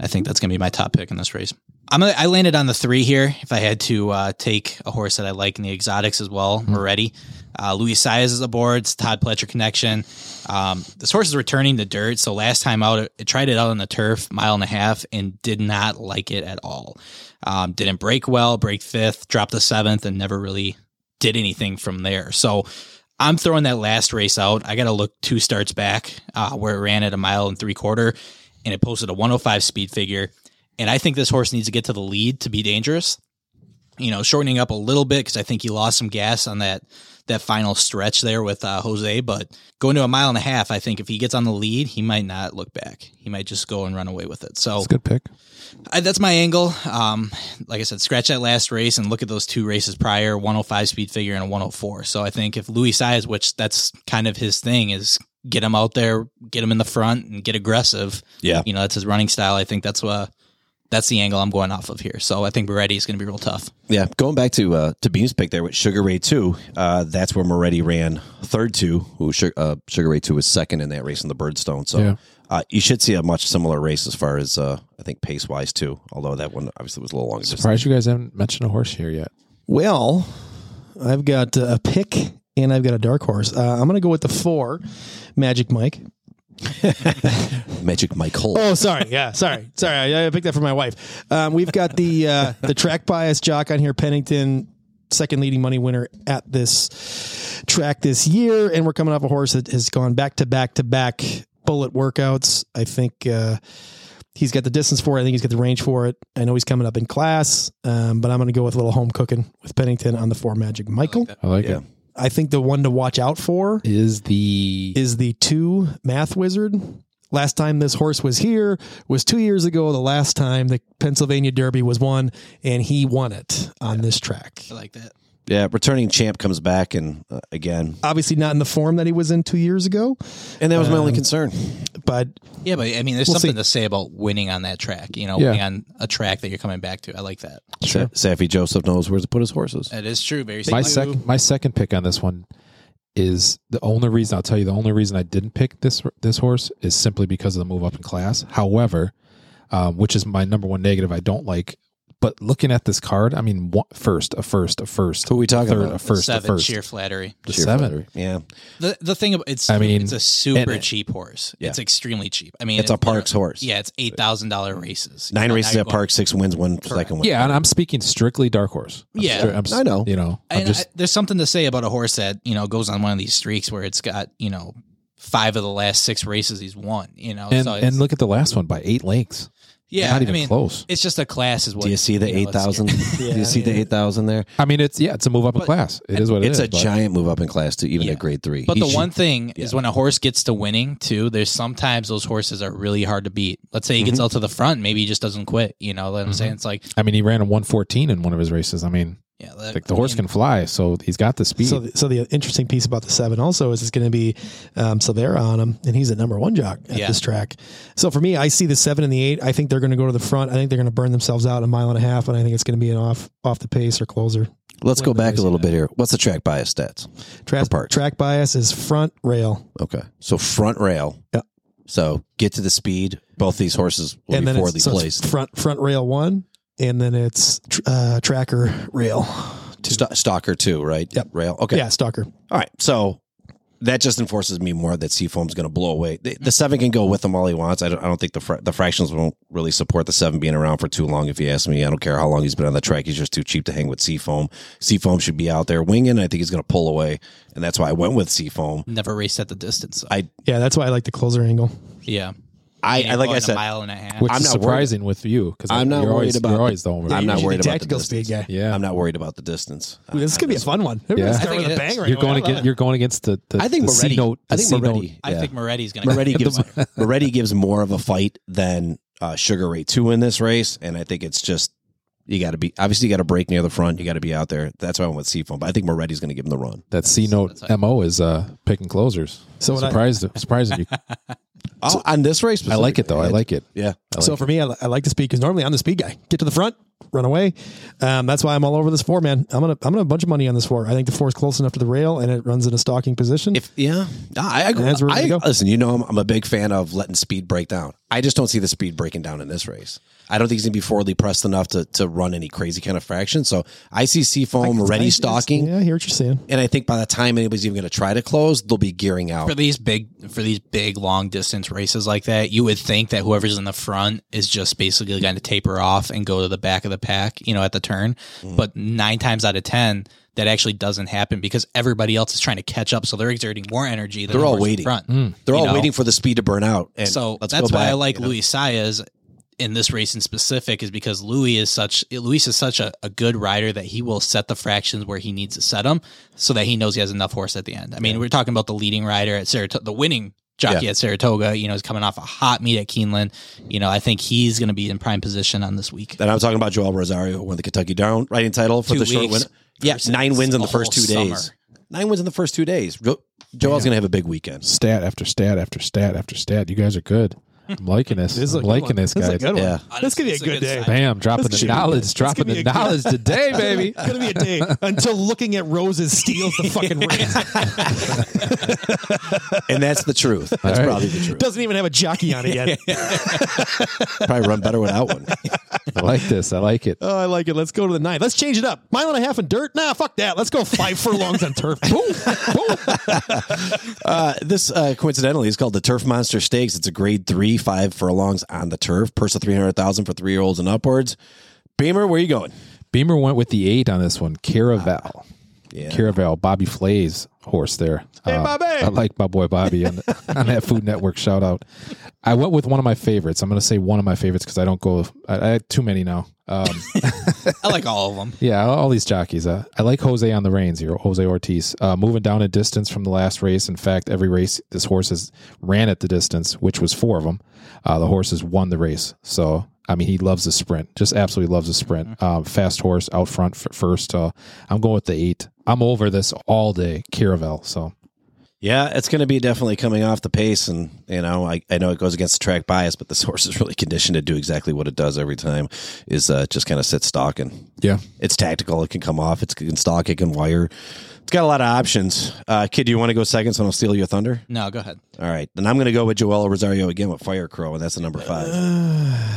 Speaker 3: I think that's going to be my top pick in this race. I'm gonna, I landed on the three here. If I had to uh, take a horse that I like in the exotics as well already, uh, Louis Saez is aboard. It's Todd Pletcher connection. Um, this horse is returning to dirt. So last time out, it, it tried it out on the turf, mile and a half, and did not like it at all. Um, didn't break well, break fifth, dropped the seventh, and never really did anything from there. So I'm throwing that last race out. I got to look two starts back uh, where it ran at a mile and three quarter and it posted a 105 speed figure. And I think this horse needs to get to the lead to be dangerous. You know, shortening up a little bit because I think he lost some gas on that that final stretch there with uh, Jose. But going to a mile and a half, I think if he gets on the lead, he might not look back. He might just go and run away with it. So
Speaker 2: It's a good pick.
Speaker 3: I, that's my angle. Um, like I said, scratch that last race and look at those two races prior 105 speed figure and a 104. So I think if Louis Saez, which that's kind of his thing, is get him out there, get him in the front and get aggressive.
Speaker 4: Yeah.
Speaker 3: You know, that's his running style. I think that's what. That's the angle I'm going off of here. So I think Moretti is going to be real tough.
Speaker 4: Yeah, going back to uh, to Beam's pick there with Sugar Ray Two, uh, that's where Moretti ran third to who Su- uh, Sugar Ray Two was second in that race in the Birdstone. So
Speaker 2: Yeah.
Speaker 4: uh, you should see a much similar race as far as uh, I think pace wise too. Although that one obviously was a little longer. distance.
Speaker 2: Surprised you guys haven't mentioned a horse here yet.
Speaker 1: Well, I've got uh, a pick and I've got a dark horse. Uh, I'm going to go with the four, Magic Mike.
Speaker 4: Magic Mike Holt.
Speaker 1: Oh, sorry. Yeah, sorry, sorry. I, I picked that for my wife. Um, we've got the uh, the track bias jock on here, Pennington, second leading money winner at this track this year, and we're coming off a horse that has gone back to back to back bullet workouts. I think uh, he's got the distance for it. I think he's got the range for it. I know he's coming up in class, um, but I'm going to go with a little home cooking with Pennington on the four Magic Michael.
Speaker 2: I like
Speaker 4: Yeah.
Speaker 2: it.
Speaker 1: I think the one to watch out for
Speaker 2: Is the
Speaker 1: is the two math wizard. Last time this horse was here was two years ago. The last time the Pennsylvania Derby was won, and he won it on this track.
Speaker 3: I like that.
Speaker 4: Yeah, returning champ comes back and uh, again,
Speaker 1: Obviously, not in the form that he was in two years ago,
Speaker 4: and that was my only
Speaker 3: Um,
Speaker 4: concern.
Speaker 1: but
Speaker 3: Yeah, but I mean, there's
Speaker 1: We'll
Speaker 3: something
Speaker 1: see.
Speaker 3: to say about winning on that track. You know,
Speaker 2: Yeah.
Speaker 3: winning on a track that you're coming back to. I like that.
Speaker 4: Sa- Safi Joseph knows where to put his horses.
Speaker 3: That is true. Very.
Speaker 2: my
Speaker 3: solid.
Speaker 2: second my second pick on this one is the only reason I'll tell you the only reason I didn't pick this this horse is simply because of the move up in class. However, um, which is my number one negative I don't like. But looking at this card, I mean, one, first a first a first
Speaker 4: Who are we talking
Speaker 2: third
Speaker 4: about?
Speaker 2: a first
Speaker 3: seven
Speaker 2: a first
Speaker 3: sheer flattery.
Speaker 2: the
Speaker 4: Cheer
Speaker 2: seven.
Speaker 4: flattery. Yeah,
Speaker 3: The the thing about it's
Speaker 2: I mean,
Speaker 3: it's a super
Speaker 4: and-
Speaker 3: cheap horse.
Speaker 4: Yeah.
Speaker 3: It's extremely cheap. I mean, uh,
Speaker 4: It's a Parks horse.
Speaker 3: Yeah, it's eight thousand dollar races.
Speaker 4: nine
Speaker 3: You know,
Speaker 4: races
Speaker 3: now
Speaker 4: at
Speaker 3: you're
Speaker 4: Park, six wins, one second win.
Speaker 2: Yeah, and I'm speaking strictly dark horse. I'm
Speaker 3: Yeah.
Speaker 2: stri- I'm,
Speaker 4: I know.
Speaker 2: You know, I'm
Speaker 3: And
Speaker 2: just
Speaker 3: I, there's something to say about a horse that you know goes on one of these streaks where it's got you know five of the last six races he's won. You know,
Speaker 2: and
Speaker 3: so it's,
Speaker 2: and look at the last one by eight lengths.
Speaker 3: oh, yeah,
Speaker 2: not even
Speaker 3: I mean,
Speaker 2: close.
Speaker 3: It's just a class is what
Speaker 4: Do you see the
Speaker 3: know,
Speaker 4: eight
Speaker 3: it's-
Speaker 4: thousand? Do you see the eight thousand there?
Speaker 2: I mean, it's yeah, it's a move up in
Speaker 3: But-
Speaker 2: class. It is what it
Speaker 4: It's
Speaker 2: is.
Speaker 4: a
Speaker 2: but-
Speaker 4: giant move up in class to even
Speaker 3: Yeah.
Speaker 4: a grade three.
Speaker 3: But
Speaker 4: He
Speaker 3: the
Speaker 4: should-
Speaker 3: one thing is when a horse gets to winning too, there's sometimes those horses are really hard to beat. Let's say he
Speaker 4: Mm-hmm.
Speaker 3: gets out to the front, maybe he just doesn't quit. You know what I'm saying? It's like
Speaker 2: I mean, he ran a 114 in one of his races. I mean,
Speaker 3: yeah, that,
Speaker 2: like the horse can fly, so he's got the speed.
Speaker 1: so the, so the interesting piece about the seven also is it's going to be um, Silvera on him, and he's a number one jock at
Speaker 3: Yeah.
Speaker 1: this track. So for me, I see the seven and the eight. I think they're going to go to the front. I think they're going to burn themselves out a mile and a half, and I think it's going to be an off off the pace or closer.
Speaker 4: Let's go
Speaker 1: Win the
Speaker 4: back a
Speaker 1: race.
Speaker 4: little bit here. What's the track bias stats?
Speaker 1: Track,
Speaker 4: Parks.
Speaker 1: track bias is front rail.
Speaker 4: Okay, so front rail.
Speaker 1: Yeah.
Speaker 4: So get to the speed. Both these horses will be
Speaker 1: it's-
Speaker 4: poorly
Speaker 1: so it's
Speaker 4: placed.
Speaker 1: front front rail one, and then it's tr- uh, tracker rail.
Speaker 4: St- stalker too, right?
Speaker 1: Yep.
Speaker 4: Rail. Okay.
Speaker 1: Yeah, stalker.
Speaker 4: All right. So that just enforces me more that Seafoam's going to blow away. The, the seven can go with him all he wants. I don't, I don't think the fra- the fractions won't really support the seven being around for too long. If you ask me, I don't care how long he's been on the track. He's just too cheap to hang with Seafoam. Seafoam should be out there winging. I think he's going to pull away, and that's why I went with Seafoam.
Speaker 3: never raced at the distance. so-
Speaker 4: I-
Speaker 1: Yeah, that's why I like the closer angle.
Speaker 3: yeah,
Speaker 4: I,
Speaker 3: And
Speaker 4: I like I
Speaker 3: going a
Speaker 4: said,
Speaker 3: mile and a half.
Speaker 2: which
Speaker 4: I'm
Speaker 2: is
Speaker 4: not worried-
Speaker 2: surprising with you because
Speaker 4: I'm not
Speaker 2: you're
Speaker 4: worried
Speaker 2: always,
Speaker 4: about-
Speaker 2: you're always the homer.
Speaker 4: I'm not
Speaker 1: Usually
Speaker 4: worried about the
Speaker 1: tactical speed guy.
Speaker 4: distance.
Speaker 2: yeah,
Speaker 4: I'm not worried about the distance. Uh,
Speaker 1: Ooh, this is gonna be a fun one. We're
Speaker 2: Yeah.
Speaker 1: gonna
Speaker 2: I
Speaker 1: start
Speaker 3: think
Speaker 1: with a
Speaker 3: it is.
Speaker 1: bang right
Speaker 2: you're
Speaker 1: now.
Speaker 2: going
Speaker 1: I love
Speaker 2: against
Speaker 1: it.
Speaker 2: you're going against the, the
Speaker 4: I think
Speaker 2: the C
Speaker 4: Moretti-
Speaker 2: note. the
Speaker 4: I think
Speaker 2: C note.
Speaker 4: Moretti-
Speaker 3: I
Speaker 4: yeah.
Speaker 3: think Moretti's gonna.
Speaker 4: Moretti
Speaker 3: get
Speaker 4: gives
Speaker 3: one.
Speaker 4: Moretti gives more of a fight than uh, Sugar Ray Two in this race, and I think it's just you got to be obviously you got to break near the front, you got to be out there. That's why I went with Seafoam, but I think Moretti's going to give him the run.
Speaker 2: That C note
Speaker 3: that's-
Speaker 2: mo is uh, picking closers.
Speaker 1: So what I-
Speaker 2: surprised, surprising you.
Speaker 4: Oh, on this race,
Speaker 2: I like it though. I like it.
Speaker 4: Yeah,
Speaker 1: so for me, I, li- I like the speed because normally I'm the speed guy. Get to the front, run away. Um, that's why I'm all over this four, man. I'm gonna I'm gonna have a bunch of money on this four. I think the four is close enough to the rail and it runs in a stalking position.
Speaker 4: if yeah, I, I,
Speaker 1: That's where we're
Speaker 4: I
Speaker 1: gonna go.
Speaker 4: listen. You know, I'm, I'm a big fan of letting speed break down. I just don't see the speed breaking down in this race. I don't think he's going to be forwardly pressed enough to, to run any crazy kind of fraction. So I see Seafoam, Moretti stalking,
Speaker 1: yeah, I hear what you're saying.
Speaker 4: and I think by the time anybody's even going to try to close, they'll be gearing out.
Speaker 3: for these big for these big long distance races like that, you would think that whoever's in the front is just basically going to taper off and go to the back of the pack, you know, at the turn.
Speaker 4: Mm-hmm.
Speaker 3: But nine times out of ten, that actually doesn't happen because everybody else is trying to catch up, so they're exerting more energy. Than
Speaker 4: They're
Speaker 3: the
Speaker 4: all
Speaker 3: horse in
Speaker 4: waiting.
Speaker 3: Front. you
Speaker 4: They're all
Speaker 3: know?
Speaker 4: waiting for the speed to burn out. And
Speaker 3: So
Speaker 4: let's
Speaker 3: that's
Speaker 4: go
Speaker 3: why I
Speaker 4: back,
Speaker 3: like
Speaker 4: you know.
Speaker 3: Luis Saez in this race in specific is because Louis is such Luis is such a, a good rider that he will set the fractions where he needs to set them so that he knows he has enough horse at the end. I mean, we're talking about the leading rider at Saratoga, the winning jockey at Saratoga. You know, is coming off a hot meet at Keeneland. You know, I think he's going to be in prime position on this week.
Speaker 4: Then I'm talking about Joel Rosario, who won the Kentucky Down riding title for
Speaker 3: Two
Speaker 4: the short win.
Speaker 3: weeks
Speaker 4: Yeah,
Speaker 3: versus
Speaker 4: nine wins in
Speaker 3: a
Speaker 4: the first two
Speaker 3: whole
Speaker 4: days.
Speaker 3: summer.
Speaker 4: Nine wins in the first two days. Jo- Joel's going to have a big weekend.
Speaker 2: Stat after stat after stat after stat. You guys are good. I'm liking this.
Speaker 1: This is a
Speaker 2: I'm
Speaker 1: good
Speaker 2: liking
Speaker 1: one.
Speaker 2: this,
Speaker 1: This is a
Speaker 2: guys.
Speaker 1: good one.
Speaker 4: Yeah.
Speaker 1: This could be a
Speaker 3: It's
Speaker 1: good day.
Speaker 3: sign.
Speaker 2: Bam! Dropping
Speaker 1: This
Speaker 2: the
Speaker 1: should be
Speaker 2: knowledge.
Speaker 1: good.
Speaker 2: Dropping
Speaker 1: This
Speaker 2: the
Speaker 1: could be a
Speaker 2: knowledge today, baby.
Speaker 1: It's gonna be a day until looking at roses steals the fucking ring.
Speaker 4: And that's the truth. That's
Speaker 2: right.
Speaker 4: probably the truth.
Speaker 1: Doesn't even have a jockey on it yet.
Speaker 4: Probably run better without one.
Speaker 2: I like this. I like it.
Speaker 1: Oh, I like it. Let's go to the ninth. Let's change it up. Mile and a half in dirt. Nah, fuck that. Let's go five furlongs on turf. Boom, boom.
Speaker 4: Uh, this uh, coincidentally is called the Turf Monster Stakes. It's a grade three, five furlongs on the turf. Purse of three hundred thousand for three year olds and upwards. Beamer, where you going?
Speaker 2: Beamer went with the eight on this one. Caraval.
Speaker 4: Yeah.
Speaker 2: Caraval, Bobby Flay's horse there. Uh,
Speaker 1: Hey, Bobby!
Speaker 2: I like my boy Bobby on, on that Food Network shout out. I went with one of my favorites. I'm going to say one of my favorites because I don't go, I, I had too many now. Um,
Speaker 3: I like all of them.
Speaker 2: Yeah, all these jockeys. Uh, I like Jose on the reins here, Jose Ortiz. Uh, moving down a distance from the last race. In fact, every race this horse has ran at the distance, which was four of them. Uh, the horse has won the race. So, I mean, he loves the sprint. Just absolutely loves the sprint.
Speaker 3: Mm-hmm.
Speaker 2: Um, fast horse out front f- first. Uh, I'm going with the eight. I'm over this all day, Caravel. So,
Speaker 4: Yeah, it's going to be definitely coming off the pace, and you know, I, I know it goes against the track bias, but this horse is really conditioned to do exactly what it does every time, is uh, just kind of sit stock and
Speaker 2: yeah.
Speaker 4: it's tactical. It can come off. It's it can stock. It can wire. It's got a lot of options. Uh, kid, do you want to go second? So I'll steal your thunder.
Speaker 3: No, go ahead.
Speaker 4: All right. Then I'm going to go with Joella Rosario again with Fire Crow, and that's the number five.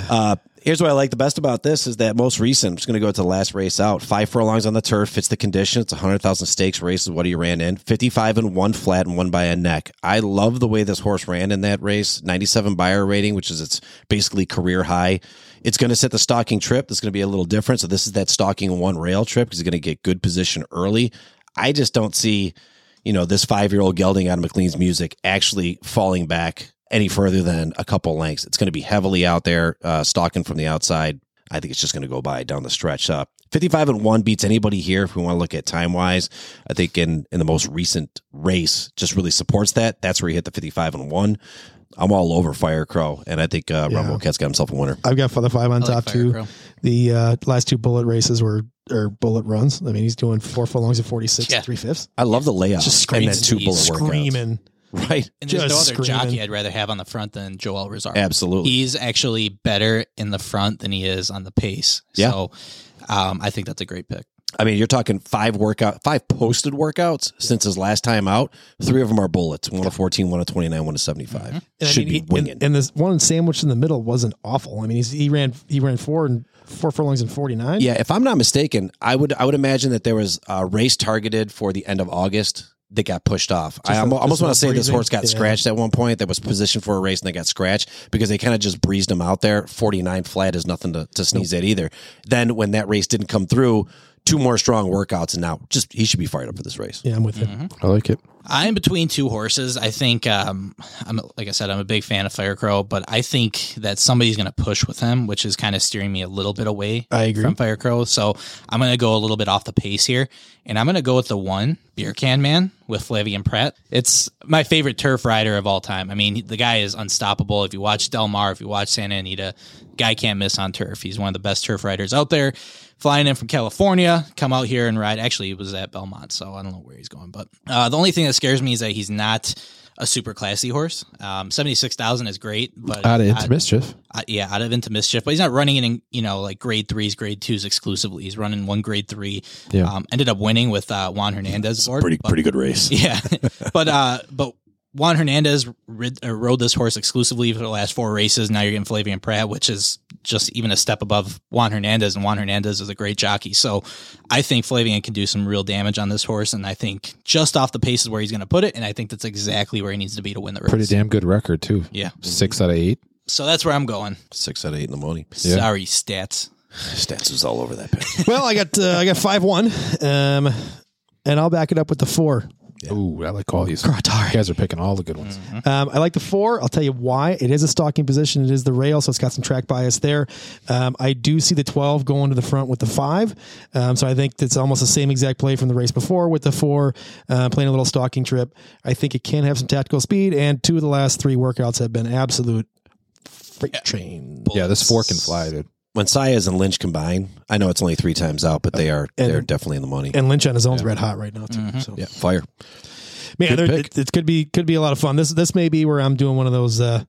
Speaker 4: Uh, here's what I like the best about this is that most recent, I'm just going to go to the last race out. Five furlongs on the turf fits the condition. It's a 100,000 stakes race is what he ran in. 55 and one flat and one by a neck. I love the way this horse ran in that race. 97 buyer rating, which is its basically career high. It's going to set the stalking trip. That's going to be a little different. So this is that stalking one rail trip because he's going to get good position early. I just don't see you know, this five year old gelding out of McLean's music actually falling back any further than a couple lengths. It's going to be heavily out there, uh, stalking from the outside. I think it's just going to go by down the stretch. Uh, 55 and 1 beats anybody here if we want to look at time wise. I think in, in the most recent race just really supports that. That's where he hit the 55 and 1. I'm all over Fire Crow, and I think uh,
Speaker 1: Yeah.
Speaker 4: Rumble Cat's got himself a winner.
Speaker 1: I've got the five on
Speaker 3: I like
Speaker 1: top
Speaker 3: Fire
Speaker 1: two.
Speaker 3: Crow.
Speaker 1: The uh, last two bullet races were or bullet runs. I mean, he's doing four furlongs at forty six
Speaker 3: Yeah.
Speaker 1: three fifths.
Speaker 4: I love the layout.
Speaker 1: Just
Speaker 4: and
Speaker 1: screaming,
Speaker 4: then two bullet workouts.
Speaker 1: screaming.
Speaker 4: Right?
Speaker 3: And there's no
Speaker 1: Just
Speaker 3: other
Speaker 1: screaming.
Speaker 3: jockey I'd rather have on the front than Joel Rosario.
Speaker 4: Absolutely.
Speaker 3: He's actually better in the front than he is on the pace.
Speaker 4: Yeah.
Speaker 3: So um, I think that's a great pick.
Speaker 4: I mean, you're talking five workout, five posted workouts since his last time out. Three of them are bullets. One to 14, one to 29, one to 75.
Speaker 1: Mm-hmm. And I
Speaker 4: Should
Speaker 1: mean, he-
Speaker 4: be winging.
Speaker 1: And, and this one sandwich in the middle wasn't awful. I mean, he's, he ran he ran four and four furlongs in forty nine.
Speaker 4: yeah, if I'm not mistaken, I would I would imagine that there was a race targeted for the end of August that got pushed off. I
Speaker 1: a-
Speaker 4: almo-
Speaker 1: just
Speaker 4: almost
Speaker 1: a
Speaker 4: want to say this
Speaker 1: breathing.
Speaker 4: horse got
Speaker 1: Yeah.
Speaker 4: scratched at one point that was positioned for a race and they got scratched because they kind of just breezed him out there. 49 flat is nothing to, to sneeze at either. Then when that race didn't come through, two more strong workouts and now just he should be fired up for this race.
Speaker 1: yeah, I'm with him.
Speaker 2: I like it.
Speaker 3: I'm between two horses. I think um, I'm like I said, I'm a big fan of Firecrow, but I think that somebody's going to push with him, which is kind of steering me a little bit away.
Speaker 1: I agree.
Speaker 3: from Firecrow, so I'm going to go a little bit off the pace here, and I'm going to go with the one Beer Can Man with Flavian Pratt. It's my favorite turf rider of all time. I mean, the guy is unstoppable. If you watch Del Mar, if you watch Santa Anita, guy can't miss on turf. He's one of the best turf riders out there. Flying in from California, come out here and ride. Actually, he was at Belmont, so I don't know where he's going. But uh, the only thing that scares me is that he's not a super classy horse. Um, Seventy six thousand is great, but
Speaker 2: Out of
Speaker 3: I-
Speaker 2: Into Mischief.
Speaker 3: uh, yeah, out of into mischief, but he's not running in, you know, like grade threes, grade twos exclusively. He's running one grade three.
Speaker 2: Yeah.
Speaker 3: Um, ended up winning with uh, Juan Hernandez. board, but-
Speaker 4: good race.
Speaker 3: Yeah, but uh, but Juan Hernandez rid, uh, rode this horse exclusively for the last four races. Now you're getting Flavian Pratt, which is just even a step above Juan Hernandez, and Juan Hernandez is a great jockey. So I think Flavian can do some real damage on this horse, and I think just off the pace is where he's going to put it, and I think that's exactly where he needs to be to win the race.
Speaker 2: Pretty damn good record, too.
Speaker 3: Yeah.
Speaker 2: Six out of eight.
Speaker 3: So that's where I'm going.
Speaker 4: Six out of eight in the morning.
Speaker 3: Sorry, stats.
Speaker 4: Stats was all over that pick.
Speaker 1: well, I got uh, I got five one, um, and I'll back it up with the four.
Speaker 2: Ooh, I like all these. You guys are picking all the good ones.
Speaker 3: Mm-hmm.
Speaker 1: Um, I like the four. I'll tell you why. It is a stalking position. It is the rail, so it's got some track bias there. Um, I do see the twelve going to the front with the five. Um, so I think it's almost the same exact play from the race before with the four uh, playing a little stalking trip. I think it can have some tactical speed, and two of the last three workouts have been absolute freight train.
Speaker 2: Yeah, this four can fly, dude.
Speaker 4: When Sayas and Lynch combine, I know it's only three times out, but they are
Speaker 1: And-
Speaker 4: they're definitely in the money.
Speaker 1: And Lynch on his own's red hot right now too. So.
Speaker 4: yeah, fire.
Speaker 1: man,
Speaker 4: Good
Speaker 1: there,
Speaker 4: pick.
Speaker 1: it, it could be could be a lot of fun. This this may be where I'm doing one of those uh,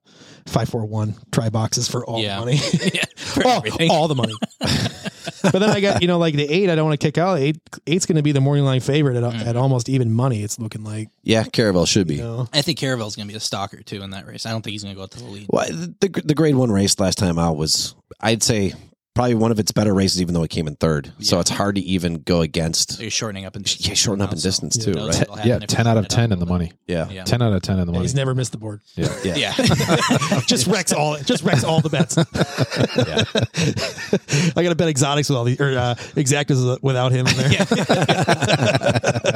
Speaker 1: five four one try boxes for all
Speaker 3: Yeah.
Speaker 1: the money,
Speaker 3: yeah, for
Speaker 1: all,
Speaker 3: everything.
Speaker 1: all the money. but then I got you know like the eight. I don't want to kick out eight. Eight's going to be the morning line favorite at,
Speaker 2: Mm.
Speaker 1: at almost even money. It's looking like
Speaker 4: Yeah, Caravel should be.
Speaker 1: you know.
Speaker 3: I think Caravel's going to be a stalker too in that race. I don't think he's going to go out to the lead.
Speaker 4: Well, the the grade one race last time out was, I'd say, probably one of its better races, even though it came in third. So it's hard to even go against.
Speaker 3: So you're shortening up in distance.
Speaker 4: Yeah, shorten up in
Speaker 3: Also,
Speaker 4: distance
Speaker 1: Yeah.
Speaker 4: too,
Speaker 3: those
Speaker 4: right?
Speaker 3: that'll happen
Speaker 2: yeah,
Speaker 3: if you
Speaker 2: ten out
Speaker 3: shorten
Speaker 2: of
Speaker 3: it up
Speaker 2: ten
Speaker 3: a
Speaker 2: in the
Speaker 3: little
Speaker 2: money.
Speaker 4: Yeah.
Speaker 3: bit.
Speaker 2: Ten out of ten in the money.
Speaker 1: He's never missed the board.
Speaker 4: Yeah.
Speaker 3: Yeah. yeah.
Speaker 1: just wrecks all. Just wrecks all the bets. I got to bet exotics with all these or uh, exactas without him in there.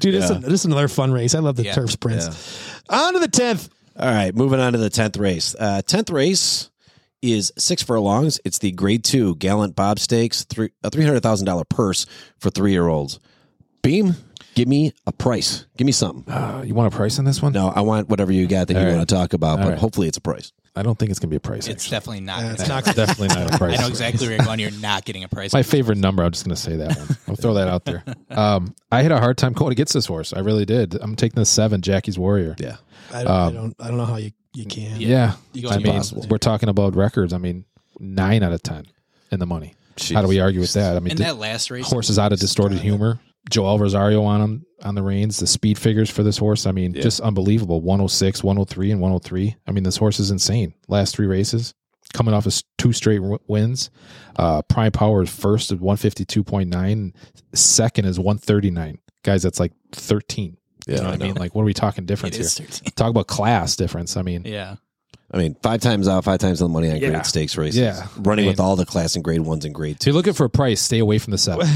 Speaker 1: Dude, this, is, this is another fun race. I love the
Speaker 3: Yeah.
Speaker 1: turf sprints. On to the tenth.
Speaker 4: All right, moving on to the tenth race. Uh, tenth race is six furlongs. It's the Grade Two Gallant Bob Stakes, three a three hundred thousand dollar purse for three year olds. Beam, give me a price. Give me something.
Speaker 2: Uh, you want a price on this one?
Speaker 4: No, I want whatever you got that you
Speaker 2: right.
Speaker 4: want to talk about, but
Speaker 2: right.
Speaker 4: hopefully it's a price.
Speaker 2: I don't think it's gonna be a price.
Speaker 3: It's
Speaker 2: actually.
Speaker 3: definitely not.
Speaker 1: Uh,
Speaker 3: gonna
Speaker 1: it's
Speaker 3: happen.
Speaker 1: not
Speaker 2: definitely not a price.
Speaker 3: I know exactly where you're going. You're not getting a price.
Speaker 2: my favorite number. I'm just going to say that one. I'll throw that out there. Um, I had a hard time going against this horse. I really did. I'm taking the seven, Jackie's Warrior.
Speaker 4: Yeah.
Speaker 1: I don't, I don't. I don't know how you you can.
Speaker 2: Um, Yeah.
Speaker 3: You go
Speaker 2: I mean,
Speaker 3: impossible.
Speaker 2: we're talking about records. I mean, nine out of 10 in the money. How do we argue with that? I mean,
Speaker 3: in
Speaker 2: the
Speaker 3: that last race,
Speaker 2: horse is out of distorted humor. Joel Rosario on him on the reins. The speed figures for this horse, I mean, just unbelievable. 106, 103, and 103. I mean, this horse is insane. Last three races, coming off of s- two straight w- wins. Uh, Prime Power is first at 152.9. Second is 139. Guys, that's like 13.
Speaker 4: Yeah,
Speaker 2: you know what I,
Speaker 4: I know.
Speaker 2: mean? Like, what are we talking difference
Speaker 3: it
Speaker 2: here?
Speaker 3: is 13.
Speaker 2: Talk about class difference. I mean,
Speaker 3: Yeah.
Speaker 4: I mean, five times out, five times on the money on
Speaker 2: Yeah.
Speaker 4: grade stakes races.
Speaker 2: Yeah. I
Speaker 4: Running
Speaker 2: mean-
Speaker 4: with all the class in grade ones and grade
Speaker 2: if you're
Speaker 4: two.
Speaker 2: looking for a price, stay away from the seven.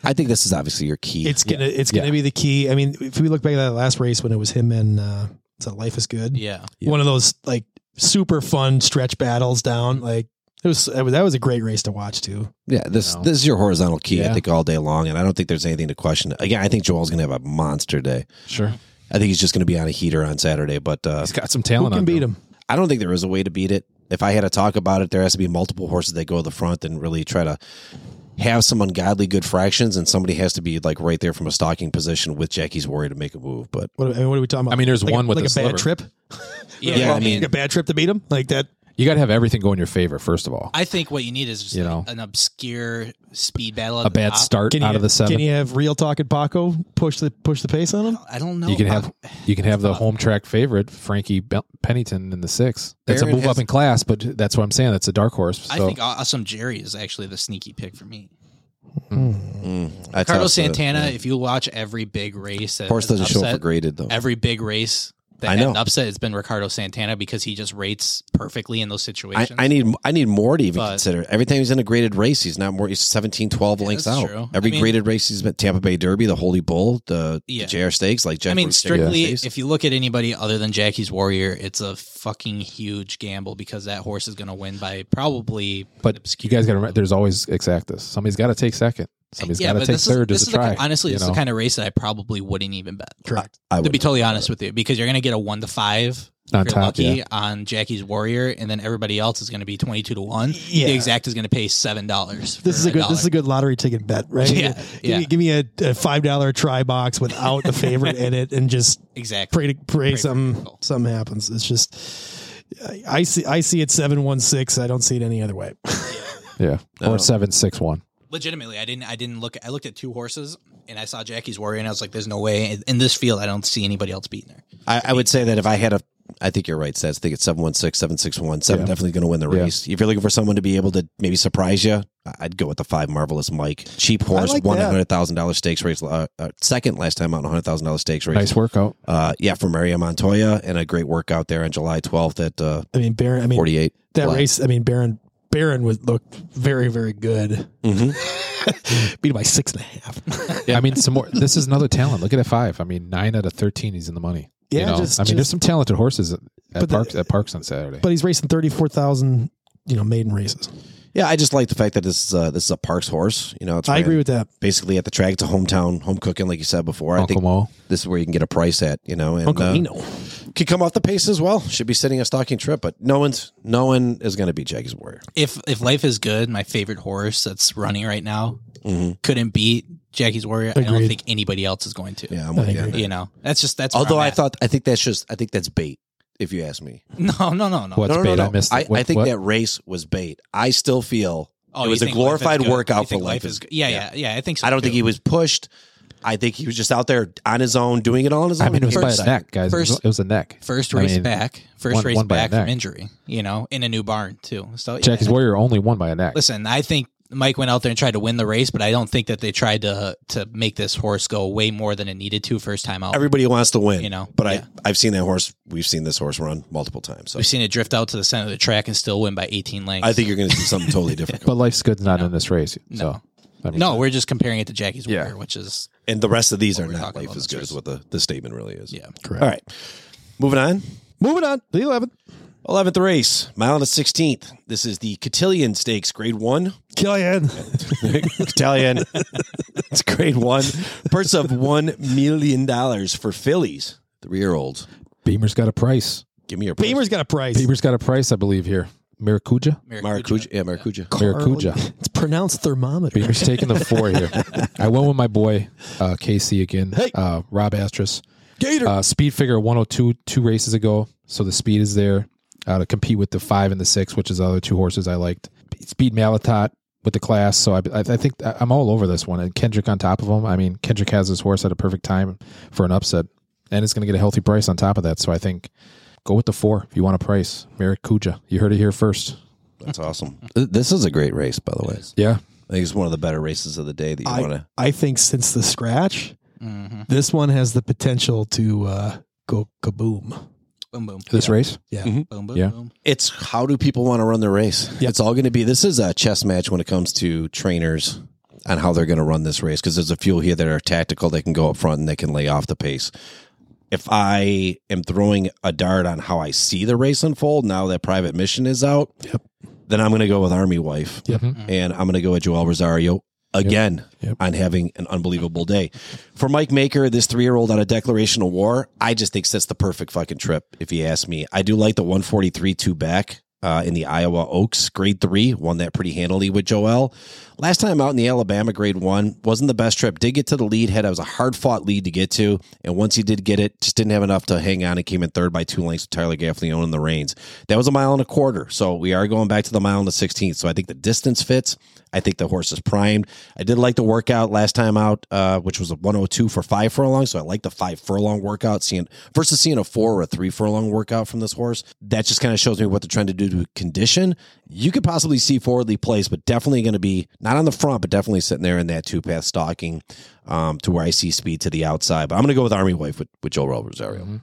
Speaker 4: I think this is obviously your key.
Speaker 1: It's gonna. It's
Speaker 2: Yeah.
Speaker 1: gonna be the key. I mean, if we look back at that last race when it was him and uh, is that life is good.
Speaker 3: Yeah.
Speaker 1: One of those like super fun stretch battles down. Like it was. That was- that was a great race to watch too.
Speaker 4: yeah, this
Speaker 2: No.
Speaker 4: this is your horizontal key,
Speaker 2: Yeah.
Speaker 4: I think, all day long. And I don't think there's anything to question. Again, I think Joel's going to have a monster day.
Speaker 2: Sure.
Speaker 4: I think he's just going to be on a heater on Saturday. But uh,
Speaker 2: He's got some
Speaker 1: Who
Speaker 2: talent
Speaker 1: can
Speaker 2: on
Speaker 1: beat him?
Speaker 4: I don't think there is a way to beat it. If I had to talk about it, there has to be multiple horses that go to the front and really try to have some ungodly good fractions, and somebody has to be like right there from a stalking position with Jackie's worry to make a move. But
Speaker 1: What, I mean, what are we talking about?
Speaker 2: I mean, there's
Speaker 1: Like a-
Speaker 2: one with
Speaker 1: like
Speaker 2: a
Speaker 1: a,
Speaker 2: sliver.
Speaker 1: bad trip.
Speaker 3: Yeah.
Speaker 4: Yeah,
Speaker 3: well,
Speaker 4: I
Speaker 3: I
Speaker 4: mean-
Speaker 3: mean,
Speaker 1: Like a bad trip to beat him like that.
Speaker 2: You got to have everything go in your favor, first of all.
Speaker 3: I think what you need is just
Speaker 2: You
Speaker 3: like
Speaker 2: know.
Speaker 3: an obscure speed battle. at
Speaker 2: a
Speaker 3: the
Speaker 2: bad
Speaker 3: top.
Speaker 2: start
Speaker 1: Uh, Can
Speaker 2: out
Speaker 1: you,
Speaker 2: of the seven.
Speaker 1: Can you have real talking Paco push the push the pace on him?
Speaker 3: I don't know.
Speaker 2: you can
Speaker 3: about-
Speaker 2: have you can have the home track favorite Frankie Bel- Pennington in the six. That's
Speaker 4: Barrett
Speaker 2: a move
Speaker 4: has-
Speaker 2: up in class, but that's what I'm saying. That's a dark horse. So
Speaker 3: I think Awesome Jerry is actually the sneaky pick for me.
Speaker 2: Mm.
Speaker 4: I
Speaker 3: Carlos
Speaker 4: toss the-
Speaker 3: Santana, if you watch every big race, that
Speaker 4: horse
Speaker 3: has an
Speaker 4: doesn't show up for
Speaker 3: upset,
Speaker 4: graded though.
Speaker 3: Every big race that
Speaker 4: I
Speaker 3: I know.
Speaker 4: know.
Speaker 3: upset has been Ricardo Santana because he just rates perfectly in those
Speaker 4: I,
Speaker 3: situations.
Speaker 4: I need I need more to even
Speaker 3: But-
Speaker 4: consider. Every time he's in a graded race, he's not more. He's 17, 12 lengths
Speaker 3: that's
Speaker 4: out.
Speaker 3: true.
Speaker 4: Every
Speaker 3: I mean-
Speaker 4: graded race he's been Tampa Bay Derby, the Holy Bull, the,
Speaker 3: Yeah.
Speaker 4: the JR Stakes, like Jeff
Speaker 3: I mean,
Speaker 4: Ruiz-
Speaker 3: strictly,
Speaker 4: Stakes.
Speaker 3: if you look at anybody other than Jackie's Warrior, it's a fucking huge gamble because that horse is going to win by probably.
Speaker 2: but you guys got to remember, there's always exactus. Somebody's got to take second. Somebody's got to take
Speaker 3: this
Speaker 2: third
Speaker 3: Is,
Speaker 2: just
Speaker 3: this
Speaker 2: to
Speaker 3: is the
Speaker 2: try.
Speaker 3: ki- honestly,
Speaker 2: you
Speaker 3: this is
Speaker 2: know?
Speaker 3: the kind of race that I probably wouldn't even bet.
Speaker 1: Correct.
Speaker 4: I
Speaker 3: to
Speaker 4: would
Speaker 3: be totally honest with you, because you're going to get a one to five
Speaker 2: On
Speaker 3: if you're
Speaker 2: top,
Speaker 3: lucky
Speaker 2: yeah.
Speaker 3: on Jackie's Warrior, and then everybody else is going to be twenty two to one.
Speaker 1: Yeah.
Speaker 3: The exact is going to pay seven dollars.
Speaker 1: This is a good. This is a good lottery ticket bet, right?
Speaker 3: Yeah,
Speaker 1: Give,
Speaker 3: yeah.
Speaker 1: Me, give me a, a five dollar try box without the favorite in it, and just
Speaker 3: exactly.
Speaker 1: pray to pray,
Speaker 3: for
Speaker 1: something
Speaker 3: miracle.
Speaker 1: something happens. It's just. I- I see. I see it seven one six. I don't see it any other way.
Speaker 2: yeah, or seven six one.
Speaker 3: Legitimately, I didn't. I didn't look. I looked at two horses, and I saw Jackie's Warrior, and I was like, "There's no way in, in this field. I don't see anybody else beating her."
Speaker 4: I, I would say that if I had a, I think you're right, Stats. I think it's 716, 761. Seven
Speaker 2: Yeah.
Speaker 4: definitely going to win the
Speaker 2: Yeah.
Speaker 4: race. If you're looking for someone to be able to maybe surprise you, I- I'd go with the five Marvelous Mike. Cheap horse,
Speaker 1: like
Speaker 4: won a
Speaker 1: that.
Speaker 4: $100,000 stakes race, uh, uh, second last time out in a $100,000 stakes race.
Speaker 2: Nice workout.
Speaker 4: Uh, yeah, from Maria Montoya and a great workout there on July 12th at uh,
Speaker 1: I mean, Baron. I mean,
Speaker 4: 48.
Speaker 1: that
Speaker 4: Black.
Speaker 1: race. I mean, Baron. Baron would look very, very good.
Speaker 4: Mhm.
Speaker 1: Beat him by six and a half.
Speaker 2: I mean, some more. This is another talent. Look at a five. I mean, nine out of thirteen. He's in the money.
Speaker 1: Yeah, just-
Speaker 2: I mean, there's
Speaker 1: just-
Speaker 2: some talented horses at,
Speaker 1: But
Speaker 2: at
Speaker 1: the-
Speaker 2: parks at parks on Saturday.
Speaker 1: But he's racing thirty four thousand, you know, maiden races.
Speaker 4: Yeah, I just like the fact that this is a, this is a Parks horse. You know, it's
Speaker 1: I
Speaker 4: ran
Speaker 1: agree with that.
Speaker 4: basically at the track. It's a hometown, home cooking, like you said before. I
Speaker 2: Uncle
Speaker 4: think
Speaker 2: Mo.
Speaker 4: this is where you can get a price at, you know. And,
Speaker 1: Uncle
Speaker 4: uh,
Speaker 1: Nino.
Speaker 4: could come off the pace as well. Should be sitting a stocking trip, but no one's no one is going to beat Jackie's Warrior. Mm-hmm.
Speaker 3: If if life is good, my favorite horse that's running right now couldn't beat Jackie's Warrior, I don't
Speaker 1: Agreed.
Speaker 3: think anybody else is going to.
Speaker 4: Yeah, I'm with
Speaker 1: I
Speaker 4: you. on
Speaker 1: agree.
Speaker 4: that.
Speaker 3: You know, that's just that's. where
Speaker 4: Although
Speaker 3: I'm
Speaker 4: I
Speaker 3: at.
Speaker 4: thought I think that's just I think that's bait. If you ask me,
Speaker 3: no, no, no, no.
Speaker 2: What? That's
Speaker 4: no, no,
Speaker 2: bait.
Speaker 4: no,
Speaker 2: I missed it.
Speaker 4: I,
Speaker 2: What-
Speaker 4: I think
Speaker 2: what?
Speaker 4: that race was bait. I still feel
Speaker 3: Oh,
Speaker 4: it
Speaker 3: you
Speaker 4: was a
Speaker 3: think life is
Speaker 4: glorified
Speaker 3: good? You
Speaker 4: workout for
Speaker 3: think
Speaker 4: life. is,
Speaker 3: good. Yeah, yeah, yeah. I think so.
Speaker 4: I don't think
Speaker 3: too.
Speaker 4: he was pushed. I think he was just out there on his own, doing it all on his own.
Speaker 2: I mean, it was
Speaker 4: First
Speaker 2: by a
Speaker 4: second.
Speaker 2: neck, guys. It was-
Speaker 3: first-
Speaker 2: it was a neck.
Speaker 3: first
Speaker 2: I
Speaker 3: race
Speaker 2: mean,
Speaker 3: back, first
Speaker 2: one-
Speaker 3: race
Speaker 2: one by
Speaker 3: back
Speaker 2: neck.
Speaker 3: from injury. You know, in a new barn too. So yeah.
Speaker 2: Jackie's Warrior only won by a neck.
Speaker 3: Listen, I think Mike went out there and tried to win the race, but I don't think that they tried to to make this horse go way more than it needed to first time out.
Speaker 4: Everybody wants to win,
Speaker 3: You know,
Speaker 4: But
Speaker 3: yeah.
Speaker 4: I I've seen that horse. We've seen this horse run multiple times. So
Speaker 3: We've seen it drift out to the center of the track and still win by 18 lengths.
Speaker 4: I think you're going to see something totally different.
Speaker 2: but life's good's not in this race. So I mean,
Speaker 3: no, we're just comparing it to Jackie's
Speaker 2: Yeah.
Speaker 3: Warrior, which is
Speaker 4: and the rest of these are
Speaker 3: we're
Speaker 4: not
Speaker 3: talking
Speaker 4: life
Speaker 3: about
Speaker 4: as
Speaker 3: in
Speaker 4: good
Speaker 3: this
Speaker 4: as what the, the statement really is.
Speaker 3: yeah.
Speaker 1: Correct.
Speaker 4: All right. Moving on.
Speaker 1: Moving on. The 11th.
Speaker 4: 11th race, mile and the 16th. This is the Cotillion Stakes, grade one.
Speaker 1: Killian.
Speaker 4: Cotillion. it's grade one. Purse of $1 million for fillies, three year olds.
Speaker 2: Beamer's got a price.
Speaker 4: Give me your purse.
Speaker 1: Beamer's got a price.
Speaker 2: Beamer's got a price, I believe here. Miracuja,
Speaker 4: Maracuja. Yeah, Maracuja.
Speaker 2: Miracuja.
Speaker 1: It's pronounced thermometer.
Speaker 2: Beamer's taking the four here. I went with my boy uh, Casey again.
Speaker 1: Hey.
Speaker 2: Uh, Rob Astris.
Speaker 1: Gator.
Speaker 2: Uh, speed figure 102 two races ago, so the speed is there uh, to compete with the five and the six, which is the other two horses I liked. Speed Malatot with the class, so I, I, I think I'm all over this one. And Kendrick on top of him. I mean, Kendrick has his horse at a perfect time for an upset, and it's going to get a healthy price on top of that. So I think go with the four if you want a price. Maracuja, you heard it here first.
Speaker 4: That's awesome. Th- This is a great race, by the way.
Speaker 2: Yeah,
Speaker 4: I think it's one of the better races of the day that you want
Speaker 1: I,
Speaker 4: to.
Speaker 1: I think since the scratch,
Speaker 3: hmm
Speaker 1: this one has the potential to uh, go kaboom.
Speaker 3: Boom, boom.
Speaker 2: this
Speaker 3: Yeah.
Speaker 2: race. Mm-hmm.
Speaker 1: Yeah.
Speaker 3: Boom, boom,
Speaker 2: Yeah.
Speaker 3: boom.
Speaker 4: It's how do people want to run their race? It's all going to be this is a chess match when it comes to trainers on how they're going to run this race because there's a few here that are tactical. They can go up front and they can lay off the pace. If I am throwing a dart on how I see the race unfold now that private mission is out, then I'm going to go with Army Wife
Speaker 2: Yep.
Speaker 4: and I'm going to go with Joel Rosario again
Speaker 2: Yep.
Speaker 4: on having an unbelievable day. For Mike Maker, this three year old on a declaration of war, I just think that's the perfect fucking trip, if you ask me. I do like the 143 two back. Uh, in the Iowa Oaks, grade three, won that pretty handily with Joel. Last time out in the Alabama grade one, wasn't the best trip. Did get to the lead head. It was a hard fought lead to get to. And once he did get it, just didn't have enough to hang on and came in third by two lengths with Tyler Gaffleone in the reins. That was a mile and a quarter. So we are going back to the mile and the 16th. So I think the distance fits. I think the horse is primed. I did like the workout last time out, uh, which was a 102 for five furlong. So I like the five furlong workout seeing versus seeing a four or a three furlong workout from this horse. That just kind of shows me what they're trying to do to condition. You could possibly see forwardly placed, but definitely going to be not on the front, but definitely sitting there in that two path stalking um, to where I see speed to the outside. But I'm going to go with Army Wife with, with Joel Rosario.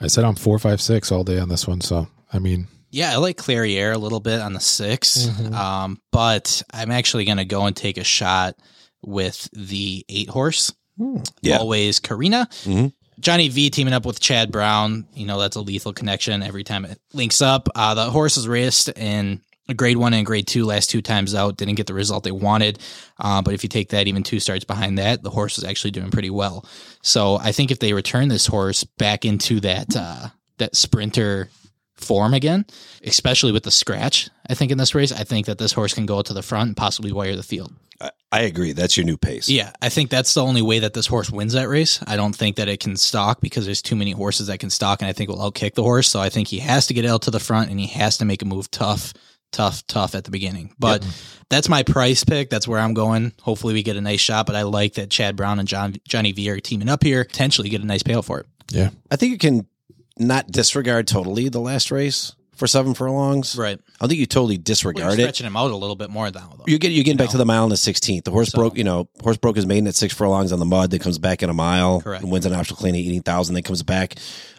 Speaker 2: I said I'm four, five, six all day on this one. So I mean,
Speaker 3: Yeah, I like Clarier a little bit on the 6 um, but I'm actually going to go and take a shot with the eight horse.
Speaker 4: Yeah.
Speaker 3: Always Karina.
Speaker 4: Mhm.
Speaker 3: Johnny V teaming up with Chad Brown. You know, that's a lethal connection every time it links up. Uh, the horse's wrist in grade one and grade two last two times out didn't get the result they wanted. Uh, but if you take that even two starts behind that, the horse is actually doing pretty well. So I think if they return this horse back into that uh, that sprinter form again, especially with the scratch, I think in this race, I think that this horse can go to the front and possibly wire the field.
Speaker 4: I, I agree. That's your new pace.
Speaker 3: Yeah, I think that's the only way that this horse wins that race. I don't think that it can stalk because there's too many horses that can stalk, and I think will outkick the horse. So I think he has to get out to the front and he has to make a move tough, tough, tough at the beginning. But that's my price pick. That's where I'm going. Hopefully, we get a nice shot. But I like that Chad Brown and John Johnny V are teaming up here. Potentially get a nice payout for it.
Speaker 2: yeah,
Speaker 4: I think you can not disregard totally the last race for seven furlongs.
Speaker 3: Right.
Speaker 4: I think you totally
Speaker 3: We're
Speaker 4: disregard it.
Speaker 3: stretching him out a little bit more though. though.
Speaker 4: You get you getting back to the mile in the sixteenth. The horse
Speaker 3: So-
Speaker 4: broke, you know, horse broke his maiden at six furlongs on the mud. Then comes back in a mile
Speaker 3: Correct.
Speaker 4: and wins an obstacle clean at eighteen thousand. Then comes back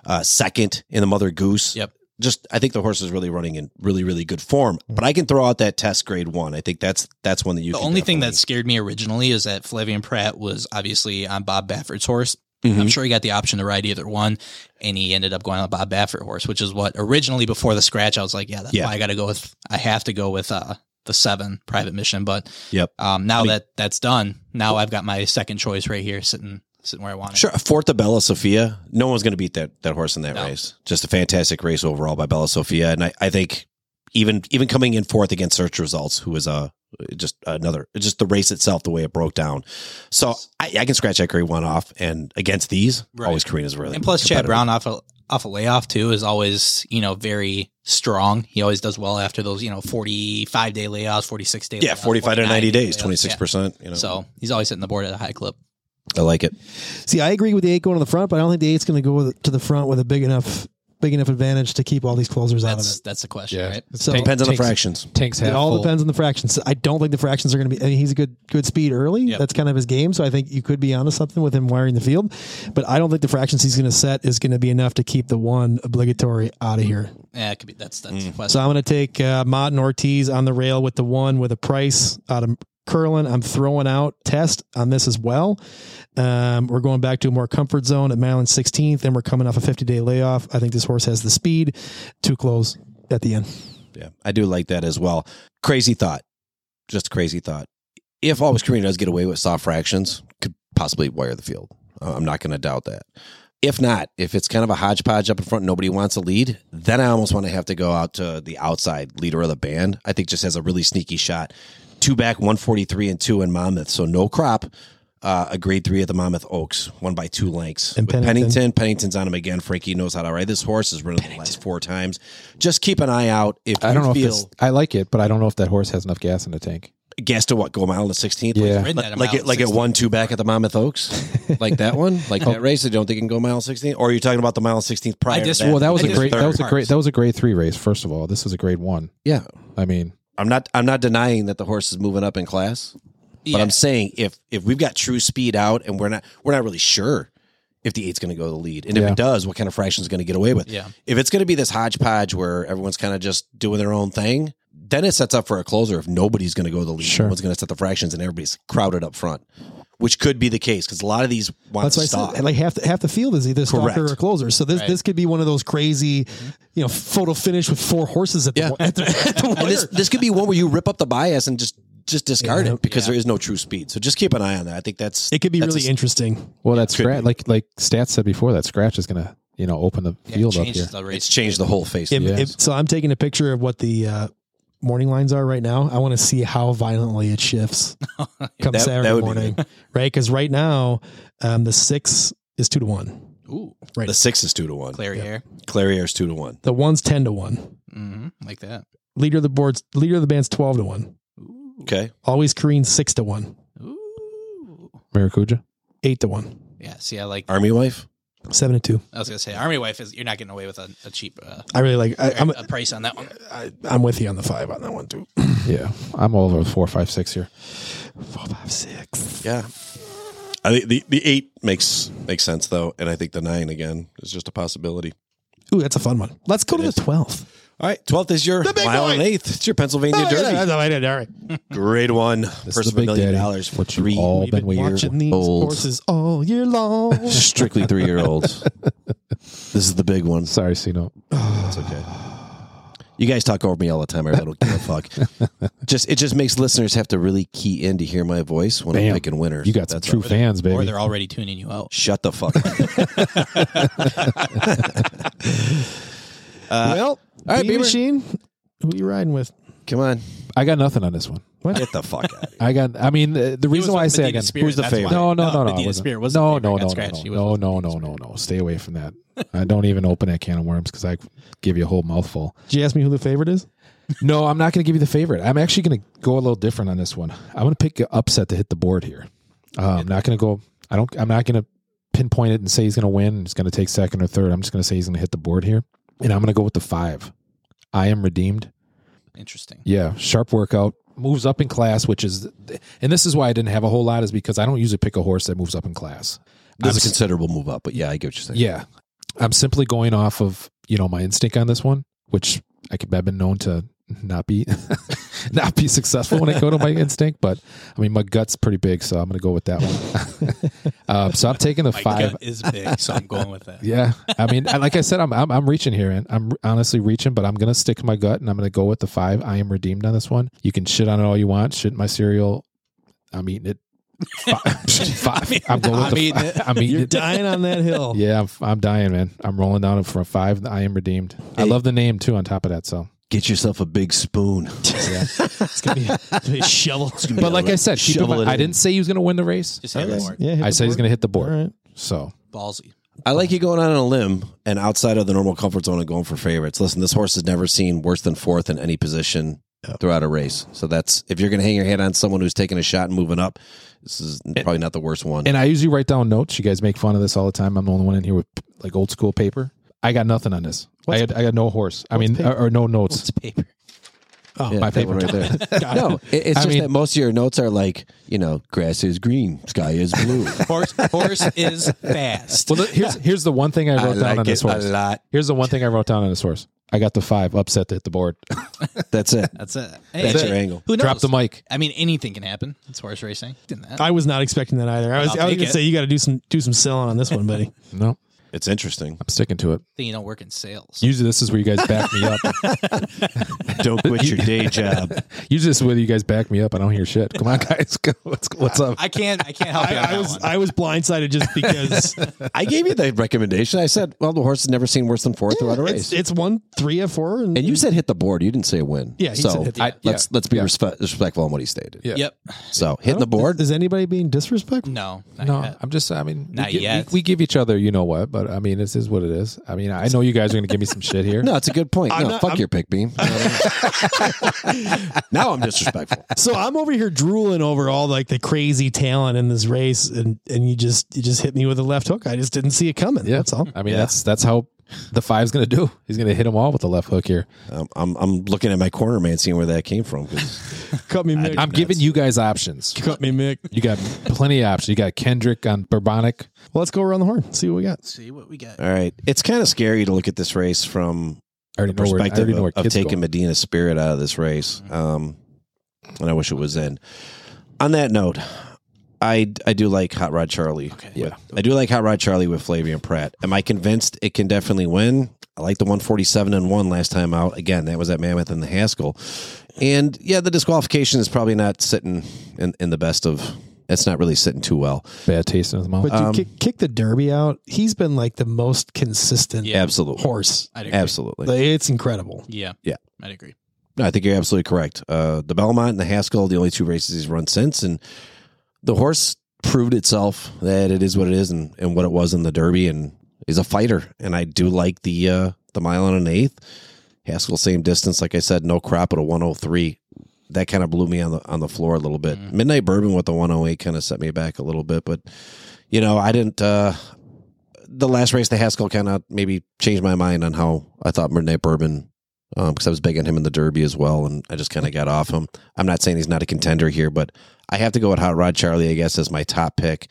Speaker 4: uh, second in the Mother Goose.
Speaker 3: Yep.
Speaker 4: Just I think the horse is really running in really really good form. But I can throw out that test grade one. I think that's that's one that you.
Speaker 3: The
Speaker 4: can
Speaker 3: only thing that
Speaker 4: definitely-
Speaker 3: scared me originally is that Flavian Pratt was obviously on Bob Baffert's horse.
Speaker 4: Mm-hmm.
Speaker 3: I'm sure he got the option to ride either one, and he ended up going on the Bob Baffert horse, which is what originally before the scratch I was like, yeah, that's
Speaker 4: Yeah.
Speaker 3: why I got to go with. I have to go with uh, the seven private mission, but
Speaker 4: Yep.
Speaker 3: um, now
Speaker 4: mean-
Speaker 3: that that's done, now I've got my second choice right here, sitting sitting where I want it.
Speaker 4: Sure, fourth to Bella Sophia. No one's going to beat that that horse in that
Speaker 3: No.
Speaker 4: race. Just a fantastic race overall by Bella Sophia, and I, I think even even coming in fourth against Search Results, who is a It just another it's just the race itself, the way it broke down. So I, I can scratch Ekery one off, and against these,
Speaker 3: Right.
Speaker 4: always Karina's really.
Speaker 3: And plus, Chad
Speaker 4: competitive.
Speaker 3: Brown off a off a layoff too is always you know very strong. He always does well after those you know forty five day layoffs, forty six day.
Speaker 4: yeah,
Speaker 3: layoffs,
Speaker 4: forty five to
Speaker 3: 49
Speaker 4: ninety
Speaker 3: day
Speaker 4: days,
Speaker 3: layoffs.
Speaker 4: twenty six percent. You know,
Speaker 3: Yeah. So he's always hitting the board at a high clip.
Speaker 4: I like it.
Speaker 1: See, I agree with the eight going to the front, but I don't think the eight's going to go with, to the front with a big enough big enough advantage to keep all these closers out of
Speaker 3: That's
Speaker 1: it.
Speaker 3: that's the question,
Speaker 2: Yeah.
Speaker 3: right?
Speaker 1: So
Speaker 2: Tank-
Speaker 4: Depends on the
Speaker 2: tanks-
Speaker 4: fractions.
Speaker 2: Tanks half
Speaker 1: it all
Speaker 2: full.
Speaker 1: depends on the fractions. I don't think the fractions are going to be. I mean, he's a good good speed early.
Speaker 3: Yep.
Speaker 1: That's kind of his game. So I think you could be onto something with him wiring the field, but I don't think the fractions he's going to set is going to be enough to keep the one obligatory out of here.
Speaker 3: Yeah, it could be. That's that's the
Speaker 1: So
Speaker 3: question.
Speaker 1: I'm going to take uh, Mott and Ortiz on the rail with the one with a price out of Curlin. I'm throwing out test on this as well. Um, we're going back to a more comfort zone at Maryland 16th, and we're coming off a 50 day layoff. I think this horse has the speed to close at the end.
Speaker 4: Yeah, I do like that as well. Crazy thought, just a crazy thought. If Always Korean does get away with soft fractions, could possibly wire the field. Uh, I'm not going to doubt that. If not, if it's kind of a hodgepodge up in front, nobody wants a lead, then I almost want to have to go out to the outside leader of the band. I think just has a really sneaky shot. Two back, 143 and two in Monmouth. So no crop. Uh, a grade three at the Monmouth Oaks, one by two lengths.
Speaker 1: And
Speaker 4: With
Speaker 1: Pennington.
Speaker 4: Pennington. Pennington's on him again. Frankie knows how to ride this horse. Has ridden him the last four times. Just keep an eye out. If
Speaker 2: I
Speaker 4: you
Speaker 2: don't know if
Speaker 4: feel,
Speaker 2: it's, I like it, but I don't know if that horse has enough gas in the tank.
Speaker 4: gas to what go a mile to sixteenth?
Speaker 2: Yeah.
Speaker 4: like,
Speaker 3: Ridden at a
Speaker 4: like, like
Speaker 3: mile
Speaker 4: it like it
Speaker 3: 16th.
Speaker 4: won two back at the Monmouth Oaks, like that one, like
Speaker 2: Oh.
Speaker 4: that race. I don't think it can go mile sixteenth. Or are you talking about the mile sixteenth prior? to
Speaker 3: disagree.
Speaker 4: that?
Speaker 2: Well, that was
Speaker 3: I
Speaker 2: a
Speaker 3: just-
Speaker 2: great. That was a
Speaker 3: Third.
Speaker 2: great. That was a grade three race. First of all, this was a grade one.
Speaker 4: yeah.
Speaker 2: I mean,
Speaker 4: I'm not I'm not denying that the horse is moving up in class,
Speaker 3: Yeah.
Speaker 4: but I'm saying if if we've got true speed out and we're not we're not really sure if the eight's going to go to the lead, and if
Speaker 2: Yeah.
Speaker 4: it does, what kind of fraction is going to get away with?
Speaker 3: Yeah.
Speaker 4: If it's going to be this hodgepodge where everyone's kind of just doing their own thing, then it sets up for a closer if nobody's going to go to the lead.
Speaker 2: Sure.
Speaker 4: No one's going to set the fractions and everybody's crowded up front, which could be the case because a lot of these want
Speaker 1: That's
Speaker 4: to
Speaker 1: why I
Speaker 4: stop.
Speaker 1: said like half the, half the field is either stalker
Speaker 4: Correct.
Speaker 1: or closer. So this
Speaker 3: Right.
Speaker 1: this could be one of those crazy, you know, photo finish with four horses at the
Speaker 4: Yeah.
Speaker 1: at the, at the
Speaker 4: and this
Speaker 1: wire.
Speaker 4: this could be one where you rip up the bias and just just discard
Speaker 1: Yeah.
Speaker 4: it because there is no true speed. So just keep an eye on that. I think that's
Speaker 1: It could be
Speaker 4: that's a
Speaker 1: really interesting.
Speaker 2: well, that
Speaker 4: could be.
Speaker 2: scratch, like like stats said before, that scratch is gonna you know open the
Speaker 3: Yeah,
Speaker 2: field up
Speaker 3: changes
Speaker 2: here.
Speaker 3: the race.
Speaker 4: It's changed the whole face.
Speaker 1: If-
Speaker 2: Yes.
Speaker 1: if- so I'm taking a picture of what the uh, morning lines are right now. I want to see how violently it shifts come
Speaker 4: That-
Speaker 1: Saturday
Speaker 4: that would be
Speaker 1: morning, right? Because right now, um, the six is two to one.
Speaker 3: Ooh,
Speaker 4: The six is two to one.
Speaker 3: clear hair.
Speaker 4: Clarier's two to one.
Speaker 1: The one's ten to one.
Speaker 3: hmm Like that.
Speaker 1: Leader of the boards, leader of the band's twelve to one.
Speaker 4: Okay.
Speaker 1: Always Kareem six to one,
Speaker 3: Ooh.
Speaker 2: Maracuja.
Speaker 1: eight to one,
Speaker 3: Yeah. See, I like.
Speaker 4: Army wife.
Speaker 1: seven to two.
Speaker 3: I was gonna say, Army Wife is. You're not getting away with a, a cheap uh,
Speaker 1: I really like. I, I'm
Speaker 3: a price on that one.
Speaker 1: I, I'm with you on the five on that one too.
Speaker 2: Yeah, I'm all over four, five, six here.
Speaker 1: Four, five, six.
Speaker 4: Yeah. I think the, the eight makes makes sense though, and I think the nine again is just a possibility.
Speaker 1: Ooh, that's a fun one. Let's go to the twelfth. Oh,
Speaker 4: All right, twelfth is your
Speaker 1: big
Speaker 4: mile
Speaker 1: one.
Speaker 4: and eighth. It's your Pennsylvania Derby.
Speaker 1: All right.
Speaker 4: Grade one,
Speaker 2: This
Speaker 4: purse
Speaker 2: is
Speaker 4: of
Speaker 2: the
Speaker 4: a
Speaker 2: big
Speaker 4: million
Speaker 2: daddy.
Speaker 4: dollars for
Speaker 2: What you
Speaker 4: three
Speaker 2: all
Speaker 1: We've been
Speaker 2: been
Speaker 1: watching these
Speaker 2: waiting.
Speaker 4: old.
Speaker 1: horses all year long.
Speaker 4: strictly three year olds. this is the big one.
Speaker 2: Sorry, Sino.
Speaker 4: It's okay. You guys talk over me all the time. I really don't give a fuck. just it just makes listeners have to really key in to hear my voice when I'm
Speaker 2: Bam.
Speaker 4: picking winners.
Speaker 2: You got some
Speaker 4: That's
Speaker 2: true
Speaker 4: all.
Speaker 2: fans,
Speaker 3: Or
Speaker 2: baby.
Speaker 3: they're already tuning you out.
Speaker 4: Shut the fuck. up.
Speaker 1: well, all
Speaker 4: right,
Speaker 1: right, B
Speaker 4: Bieber.
Speaker 1: machine. Who you riding with?
Speaker 4: Come on,
Speaker 2: I got nothing on this one.
Speaker 4: get the fuck out. Of here.
Speaker 2: I got. I mean, the, the reason why I say I got.
Speaker 4: Who's the favorite?
Speaker 2: No, no, no, no. I
Speaker 3: Medina
Speaker 2: wasn't.
Speaker 3: Spirit was
Speaker 2: no,
Speaker 3: the favorite.
Speaker 2: no,
Speaker 3: Got
Speaker 2: no,
Speaker 3: scratched. He was
Speaker 2: no, no, no, no, no, no. Stay away from that. I don't even open that can of worms because I give you a whole mouthful.
Speaker 1: Did you ask me who the favorite is?
Speaker 2: No, I'm not going to give you the favorite. I'm actually going to go a little different on this one. I'm going to pick an upset to hit the board here. Uh, I'm not going to go. I don't. I'm not going to pinpoint it and say he's going to win. He's going to take second or third. I'm just going to say he's going to hit the board here, and I'm going to go with the five. I am redeemed.
Speaker 3: Interesting.
Speaker 2: Yeah, sharp workout moves up in class, which is, and this is why I didn't have a whole lot is because I don't usually pick a horse that moves up in class.
Speaker 4: That's
Speaker 2: I'm
Speaker 4: a considerable move up, but yeah, I get what you're saying.
Speaker 2: yeah, I'm simply going off of you know my instinct on this one, which I could have been known to not be not be successful when I go to my instinct, but I mean my gut's pretty big, so I'm going to go with that one. uh, so I'm taking the
Speaker 3: My
Speaker 2: five.
Speaker 3: gut is big, so I'm going with that.
Speaker 2: Yeah, I mean, I- like I said, I'm, I'm I'm reaching here, and I'm honestly reaching, but I'm gonna stick to my gut, and I'm gonna go with the five. I am redeemed on this one. You can shit on it all you want. Shit in my cereal. I'm eating it. Five. five. I'm going with
Speaker 3: I'm
Speaker 2: the
Speaker 3: eating
Speaker 2: fi-
Speaker 3: it.
Speaker 2: I'm eating
Speaker 1: You're
Speaker 2: it.
Speaker 1: dying on that hill.
Speaker 2: Yeah, I'm, I'm dying, man. I'm rolling down from a five. I am redeemed. I love the name too. On top of that, so
Speaker 4: Get yourself a big spoon.
Speaker 2: It's gonna be,
Speaker 5: They shovel.
Speaker 2: but like I said, keep in
Speaker 4: Shovel
Speaker 2: mind,
Speaker 4: it
Speaker 2: I
Speaker 4: in.
Speaker 2: didn't say he was gonna win the race.
Speaker 3: Just hit the board.
Speaker 1: Yeah, hit
Speaker 2: I
Speaker 1: the
Speaker 2: said he's
Speaker 1: board.
Speaker 2: gonna hit the board.
Speaker 1: All right.
Speaker 2: So
Speaker 3: Ballsy.
Speaker 4: I like you going out on a limb and outside of the normal comfort zone and going for favorites. Listen, this horse has never seen worse than fourth in any position throughout a race. So that's if you're going to hang your head on someone who's taking a shot and moving up, this is probably not the worst one.
Speaker 2: and I usually write down notes. You guys make fun of this all the time. I'm the only one in here with like old school paper. I got nothing on this. I had I got no horse. I mean, or, or no notes.
Speaker 3: It's paper.
Speaker 4: Yeah,
Speaker 2: my
Speaker 4: that
Speaker 2: paper.
Speaker 4: one right there. no, it- it's
Speaker 2: I
Speaker 4: just
Speaker 2: mean-
Speaker 4: that most of your notes are like, you know, grass is green, sky is blue.
Speaker 3: Horse, horse is fast.
Speaker 2: Well, the- here's here's the one thing I wrote down on this horse.
Speaker 4: lot.
Speaker 2: Here's the one thing I wrote down on this horse. I got the five upset to hit the board.
Speaker 4: That's it.
Speaker 3: That's it.
Speaker 4: That's your angle.
Speaker 3: Who knows?
Speaker 2: Drop the mic.
Speaker 3: I mean, anything can happen. It's horse racing. Didn't that?
Speaker 1: I was not expecting that either. I was,
Speaker 3: I'll
Speaker 1: I was
Speaker 3: take
Speaker 1: gonna
Speaker 3: it.
Speaker 1: say you got to do some do some selling on this one, buddy.
Speaker 2: No,
Speaker 4: It's interesting.
Speaker 2: I'm sticking to it.
Speaker 3: think you don't work in sales.
Speaker 2: Usually this is where you guys back me up.
Speaker 4: Don't quit your day job.
Speaker 2: Usually this is where you guys back me up. I don't hear shit. Come on, guys. Go. What's what's up?
Speaker 3: I can't. I can't help
Speaker 1: I,
Speaker 3: you. on
Speaker 1: I
Speaker 3: that
Speaker 1: was
Speaker 3: one.
Speaker 1: I was blindsided just because
Speaker 4: I gave you the recommendation. I said, well, the horse has never seen worse than fourth throughout a race.
Speaker 1: it's it's one three of four and,
Speaker 4: and you said hit the board. You didn't say win.
Speaker 1: Yeah, he
Speaker 4: so
Speaker 1: said hit the-
Speaker 4: I- let's let's be respe- respectful on what he stated.
Speaker 2: Yeah.
Speaker 3: Yep.
Speaker 4: So hitting the board.
Speaker 1: Is anybody being disrespectful?
Speaker 3: No. Not
Speaker 2: No,
Speaker 3: yet.
Speaker 2: I'm just. I mean,
Speaker 3: Not
Speaker 2: we, gi-
Speaker 3: yet.
Speaker 2: We, we give each other, you know what? But I mean, this is what it is. I mean, I know you guys are going to give me some shit here.
Speaker 4: no, it's a good point.
Speaker 1: I'm
Speaker 4: no,
Speaker 1: not-
Speaker 4: fuck
Speaker 1: I'm-
Speaker 4: your pick beam. now I'm disrespectful.
Speaker 1: So I'm over here drooling over all like the crazy talent in this race, and and you just you just hit me with a left hook. I just didn't see it coming.
Speaker 2: Yeah.
Speaker 1: That's all.
Speaker 2: I mean, that's that's how the five's going to do. He's going to hit them all with the left hook here.
Speaker 4: Um, I'm I'm looking at my corner man, seeing where that came from. 'cause
Speaker 1: Cut me, Mick.
Speaker 2: I'm giving you guys options.
Speaker 1: Cut me, Mick.
Speaker 2: You got plenty of options. You got Kendrick on Bourbonic.
Speaker 1: Well, let's go around the horn. See what we got.
Speaker 3: See what we got.
Speaker 4: All right, it's kind of scary to look at this race from
Speaker 2: I already know where, I
Speaker 4: perspective
Speaker 2: already know where
Speaker 4: of, of
Speaker 2: kids
Speaker 4: taking
Speaker 2: go.
Speaker 4: Medina's spirit out of this race. Um, and I wish it was in. On that note, I I do like Hot Rod Charlie. Okay. Yeah. I do like Hot Rod Charlie with Flavian Pratt. Am I convinced it can definitely win? I like the 147 and one last time out. Again, that was at Mammoth and the Haskell. And yeah, the disqualification is probably not sitting in, in the best of it's not really sitting too well.
Speaker 2: Bad taste in his mouth.
Speaker 1: But dude, kick, kick the Derby out. He's been like the most consistent
Speaker 3: Yeah.
Speaker 4: Absolutely.
Speaker 1: horse.
Speaker 3: I'd agree.
Speaker 4: Absolutely.
Speaker 1: Like, it's incredible.
Speaker 3: Yeah.
Speaker 4: Yeah.
Speaker 3: I'd agree.
Speaker 4: No, I think you're absolutely correct. Uh, the Belmont and the Haskell, the only two races he's run since, and the horse proved itself that it is what it is and, and what it was in the Derby, and is a fighter. And I do like the uh, the mile and an eighth. Haskell, same distance, like I said, no crop at a 103. That kind of blew me on the on the floor a little bit. Midnight Bourbon with the 108 kind of set me back a little bit, but you know, I didn't. Uh, the last race, the Haskell kind of maybe changed my mind on how I thought Midnight Bourbon because I was big on him in the Derby as well, and I just kind of got off him. I'm not saying he's not a contender here, but I have to go with Hot Rod Charlie, I guess, as my top pick.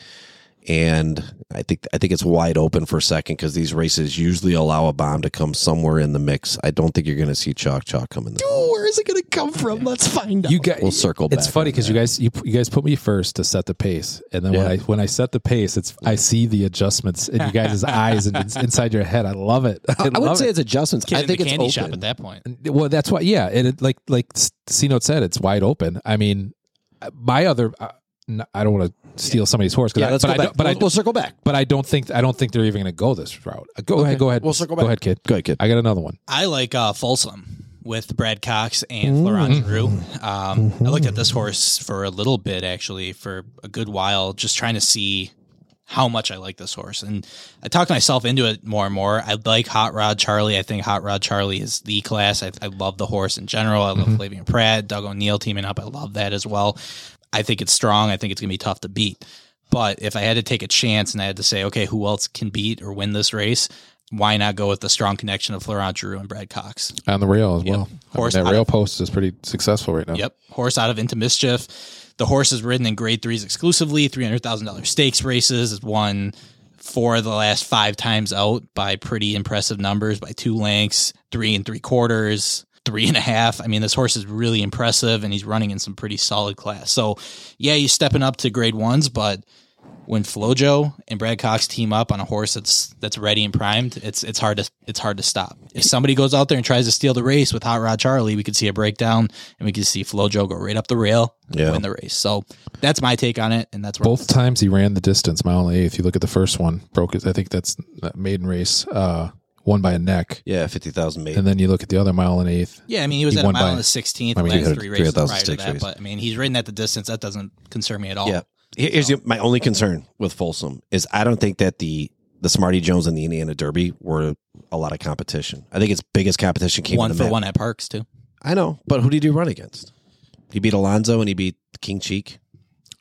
Speaker 4: And I think I think it's wide open for second because these races usually allow a bomb to come somewhere in the mix. I don't think you're going to see Chalk Chalk coming. This.
Speaker 1: Oh, where is it going to come from? Let's find out.
Speaker 2: you guys,
Speaker 4: We'll circle back.
Speaker 2: It's funny
Speaker 4: on
Speaker 2: because you guys you, you guys put me first to set the pace, and then when
Speaker 4: Yeah.
Speaker 2: I when I set the pace, it's I see the adjustments in you guys' eyes and it's inside your head. I love it. I,
Speaker 4: that. I
Speaker 2: love
Speaker 4: wouldn't say
Speaker 2: it.
Speaker 4: it's adjustments.
Speaker 3: Kid
Speaker 4: I
Speaker 3: in
Speaker 4: think
Speaker 3: the
Speaker 4: it's
Speaker 3: candy
Speaker 4: open.
Speaker 3: shop at that point.
Speaker 2: well, that's why. Yeah, and it, like like C note said, it's wide open. I mean, my other. Uh, n- I don't want to steal somebody's horse, 'cause
Speaker 4: yeah,
Speaker 2: I,
Speaker 4: let's
Speaker 2: but
Speaker 4: go
Speaker 2: I
Speaker 4: back.
Speaker 2: don't- but I
Speaker 4: we'll, we'll circle back.
Speaker 2: but I don't think I don't think they're even going to go this route. Uh, Go ahead, go ahead.
Speaker 4: We'll circle
Speaker 2: Go
Speaker 4: back.
Speaker 2: ahead, kid.
Speaker 4: Go ahead, kid.
Speaker 2: I got another one.
Speaker 3: I like uh, Folsom with Brad Cox and
Speaker 4: Mm.
Speaker 3: Florent Giroux. Um, I looked at
Speaker 4: Mm-hmm.
Speaker 3: this horse for a little bit, actually, for a good while, just trying to see how much I like this horse. And I talked myself into it more and more. I like Hot Rod Charlie. I think Hot Rod Charlie is the class. I, I love the horse in general. I love Flavian Pratt, Doug O'Neill teaming up. I love that as well. I think it's strong. I think it's going to be tough to beat. But if I had to take a chance and I had to say, okay, who else can beat or win this race? Why not go with the strong connection of Florent Giroux and Brad Cox?
Speaker 2: On the rail as well.
Speaker 3: Horse
Speaker 2: I mean,
Speaker 3: out
Speaker 2: that rail post is pretty successful right now.
Speaker 3: Yep. Horse out of Into Mischief. The horse is ridden in grade threes exclusively, $300,000 stakes races, has won four of the last five times out by pretty impressive numbers by two lengths, three and three quarters, three and a half. I mean, this horse is really impressive and he's running in some pretty solid class. So, yeah, he's stepping up to grade ones, but. When Flojo and Brad Cox team up on a horse that's that's ready and primed, it's it's hard to it's hard to stop. If somebody goes out there and tries to steal the race with Hot Rod Charlie, we could see a breakdown and we could see Flojo go right up the rail and
Speaker 4: Yeah.
Speaker 3: win the race. So that's my take on it, and that's where
Speaker 2: Both times he ran the distance, mile and eighth. You look at the first one, broke his. I think that's that maiden race. Uh, won by a neck.
Speaker 4: Yeah, fifty thousand maybe.
Speaker 2: And then you look at the other mile and eighth.
Speaker 3: Yeah, I mean, he was
Speaker 2: He
Speaker 3: at a
Speaker 2: won
Speaker 3: mile
Speaker 2: by-
Speaker 3: and the 16th
Speaker 2: I mean,
Speaker 4: he
Speaker 3: last
Speaker 4: had
Speaker 3: three races
Speaker 4: 3,000
Speaker 3: prior to
Speaker 4: stakes
Speaker 3: that.
Speaker 4: race.
Speaker 3: But I mean, he's ridden at the distance. That doesn't concern me at all.
Speaker 4: Yeah. Here- Here's the- my only concern with Folsom is I don't think that the the Smarty Jones and the Indiana Derby were a lot of competition. I think its biggest competition came
Speaker 3: one
Speaker 4: in the
Speaker 3: for
Speaker 4: mid.
Speaker 3: one at Parks too.
Speaker 4: I know, but who did you run against? He beat Alonzo and he beat King Cheek.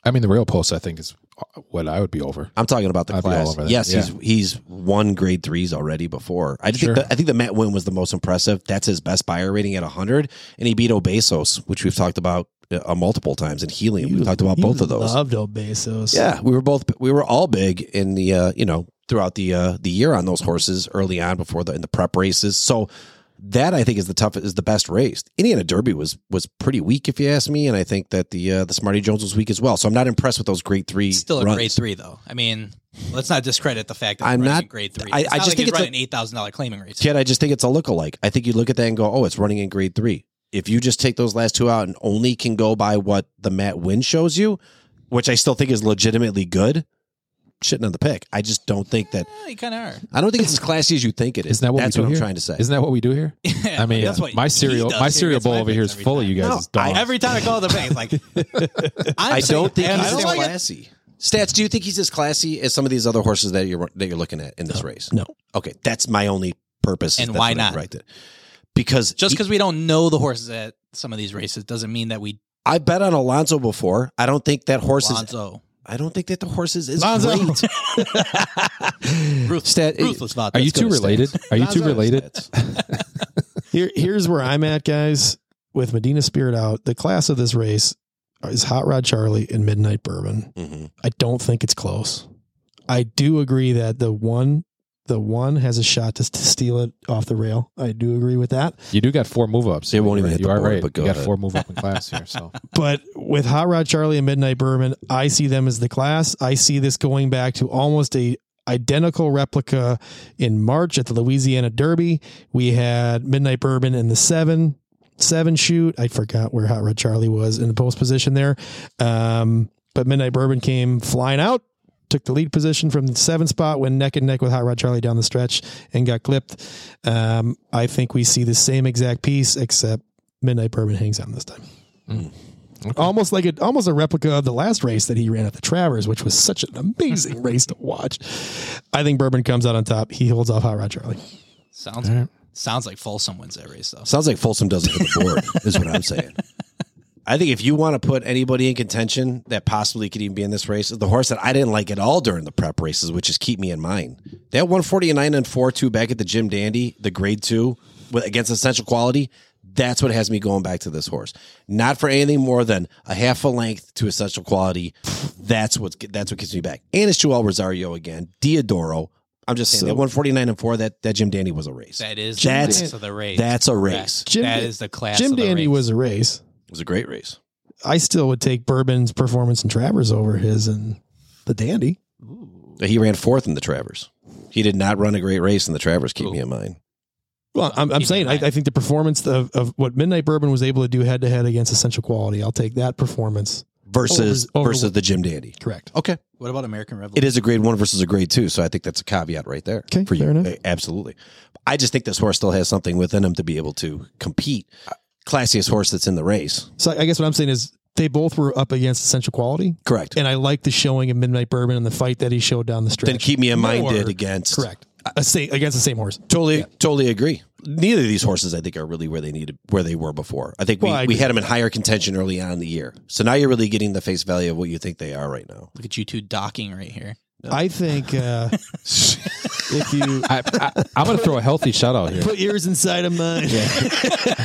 Speaker 2: I mean, the rail post, I think, is uh, what I would be over.
Speaker 4: I'm talking about the
Speaker 2: I'd be all
Speaker 4: class.
Speaker 2: over that,
Speaker 4: Yes,
Speaker 2: yeah.
Speaker 4: he's he's won grade threes already before. I think
Speaker 2: Sure.
Speaker 4: the, I think the Matt win was the most impressive. That's his best buyer rating at 100, and he beat Obesos, which we've talked about uh, multiple times, and Helium. we talked about
Speaker 1: You
Speaker 4: both of those.
Speaker 1: Loved Obesos.
Speaker 4: Yeah, we were both we were all big in the uh, you know throughout the uh, the year on those horses early on before the in the prep races. So that I think is the toughest is the best race. Indiana Derby was was pretty weak if you ask me, and I think that the uh, the Smarty Jones was weak as well. So I'm not impressed with those grade three.
Speaker 3: Still a
Speaker 4: runs.
Speaker 3: grade three though. I mean, let's not discredit the fact that
Speaker 4: I'm
Speaker 3: I'm
Speaker 4: not-
Speaker 3: not grade three.
Speaker 4: I-
Speaker 3: It's
Speaker 4: I
Speaker 3: not
Speaker 4: just
Speaker 3: like
Speaker 4: think
Speaker 3: he's
Speaker 4: it's a-
Speaker 3: running eight thousd dollar claiming race.
Speaker 4: Kid, I just think it's a lookalike. I think you look at that and go, oh, it's running in grade three. If you just take those last two out and only can go by what the Matt Win shows you, which I still think is legitimately good, shitting on the pick. I just don't think that.
Speaker 3: Yeah, you kind of Eh, are.
Speaker 4: I don't think it's as classy as you think it is.
Speaker 2: Isn't that what
Speaker 4: That's
Speaker 2: we do
Speaker 4: what
Speaker 2: here?
Speaker 4: I'm trying to say.
Speaker 2: Isn't that what we do here? I mean,
Speaker 3: That's what
Speaker 2: my
Speaker 3: he
Speaker 2: cereal,
Speaker 3: does
Speaker 2: my
Speaker 3: here.
Speaker 2: cereal
Speaker 3: That's
Speaker 2: bowl
Speaker 3: my
Speaker 2: over here
Speaker 3: picks
Speaker 2: is
Speaker 3: every
Speaker 2: full of
Speaker 3: time.
Speaker 2: you guys.
Speaker 4: No,
Speaker 2: dogs.
Speaker 3: Every time I call the bank, like I'm
Speaker 4: I
Speaker 3: saying-
Speaker 4: don't think
Speaker 3: I
Speaker 4: he's
Speaker 3: don't
Speaker 4: as
Speaker 3: like it.
Speaker 4: classy. Stats, do you think he's as classy as some of these other horses that you're that you're looking at in this race?
Speaker 1: no.
Speaker 4: Okay, that's my only purpose. is
Speaker 3: And
Speaker 4: that's
Speaker 3: why
Speaker 4: what I
Speaker 3: not?
Speaker 4: Right there. Because
Speaker 3: Just
Speaker 4: he-
Speaker 3: because we don't know the horses at some of these races doesn't mean that we
Speaker 4: I bet on Alonso before. I don't think that horse is.
Speaker 3: Lonzo
Speaker 4: I don't think that the horse is is
Speaker 1: Lonzo.
Speaker 4: great.
Speaker 3: Ruth,
Speaker 4: Stat-
Speaker 3: ruthless about
Speaker 2: Are
Speaker 3: this.
Speaker 2: you two
Speaker 4: good at
Speaker 2: related? Are you two
Speaker 4: Lonzo has
Speaker 2: related?
Speaker 4: stats.
Speaker 1: Here, here's where I'm at, guys. With Medina Spirit out, the class of this race is Hot Rod Charlie and Midnight Bourbon.
Speaker 4: Mhm.
Speaker 1: I don't think it's close. I do agree that the one, the one has a shot to, s- to steal it off the rail. I do agree with that.
Speaker 2: You do got four move ups.
Speaker 4: It won't even hit
Speaker 2: You
Speaker 4: the
Speaker 2: are
Speaker 4: board,
Speaker 2: right.
Speaker 4: but go
Speaker 2: you got
Speaker 4: ahead.
Speaker 2: four move up in class here. So
Speaker 1: But with Hot Rod Charlie and Midnight Bourbon, I see them as the class. I see this going back to almost a identical replica in March at the Louisiana Derby. We had Midnight Bourbon in the seven seven shoot. I forgot where Hot Rod Charlie was in the post position there. Um, but Midnight Bourbon came flying out. Took the lead position from the seven spot, went neck and neck with Hot Rod Charlie down the stretch, and got clipped. Um, I think we see the same exact piece, except Midnight Bourbon hangs on this time almost like a almost a replica of the last race that he ran at the Travers, which was such an amazing race to watch. I think Bourbon comes out on top. He holds off Hot Rod Charlie.
Speaker 3: Sounds sounds like Folsom wins that race though.
Speaker 4: Sounds like Folsom doesn't hit the board. is what I'm saying. I think if you want to put anybody in contention that possibly could even be in this race, is the horse that I didn't like at all during the prep races, which is keep me in mind. That 149 and 4 2 back at the Jim Dandy, the grade two with, against essential quality, that's what has me going back to this horse. Not for anything more than a half a length to essential quality. That's what that's what gets me back. And it's Joel Rosario again, Diodoro. I'm just saying that 149 and 4, that, that Jim Dandy was a race.
Speaker 3: That is
Speaker 4: That's-
Speaker 3: the class of the race.
Speaker 4: That's a
Speaker 3: That-
Speaker 4: race.
Speaker 1: Jim
Speaker 3: that
Speaker 1: Dan-
Speaker 3: is the class.
Speaker 1: Jim
Speaker 3: of the
Speaker 1: Dandy
Speaker 3: race.
Speaker 1: was a race.
Speaker 4: It was a great race.
Speaker 1: I still would take Bourbon's performance in Travers over his and the Dandy.
Speaker 4: He ran fourth in the Travers. He did not run a great race in the Travers, keep
Speaker 3: Ooh.
Speaker 4: me in mind.
Speaker 1: Well, I'm, I'm
Speaker 3: Keep
Speaker 1: saying
Speaker 3: in
Speaker 1: I,
Speaker 3: mind.
Speaker 1: I think the performance of, of what Midnight Bourbon was able to do head to head against Essential Quality, I'll take that performance.
Speaker 4: Versus
Speaker 1: Over- over-
Speaker 4: versus the Jim Dandy.
Speaker 1: Correct.
Speaker 4: Okay.
Speaker 3: What about American
Speaker 4: It
Speaker 3: Revolution?
Speaker 4: is a grade one versus a grade two, so I think that's a caveat right there.
Speaker 1: Okay,
Speaker 4: for you.
Speaker 1: fair enough.
Speaker 4: Uh, Absolutely. I just think this horse still has something within him to be able to compete. Classiest horse that's in the race.
Speaker 1: So I guess what I'm saying is they both were up against Essential Quality,
Speaker 4: Correct.
Speaker 1: and I like the showing of Midnight Bourbon and the fight that he showed down the stretch.
Speaker 4: then keep me in mind
Speaker 1: More-
Speaker 4: did against
Speaker 1: Correct. A sa- against the same horse.
Speaker 4: Totally, totally agree. Neither of these horses, I think, are really where they needed, where they were before. I think we,
Speaker 1: Well, I
Speaker 4: we
Speaker 1: agree.
Speaker 4: had them in higher contention early on in the year. So now you're really getting the face value of what you think they are right now.
Speaker 3: Look at you two docking right here.
Speaker 1: I think uh, if you
Speaker 2: I, I, I'm going to throw a healthy shout out here.
Speaker 1: put yours inside of mine,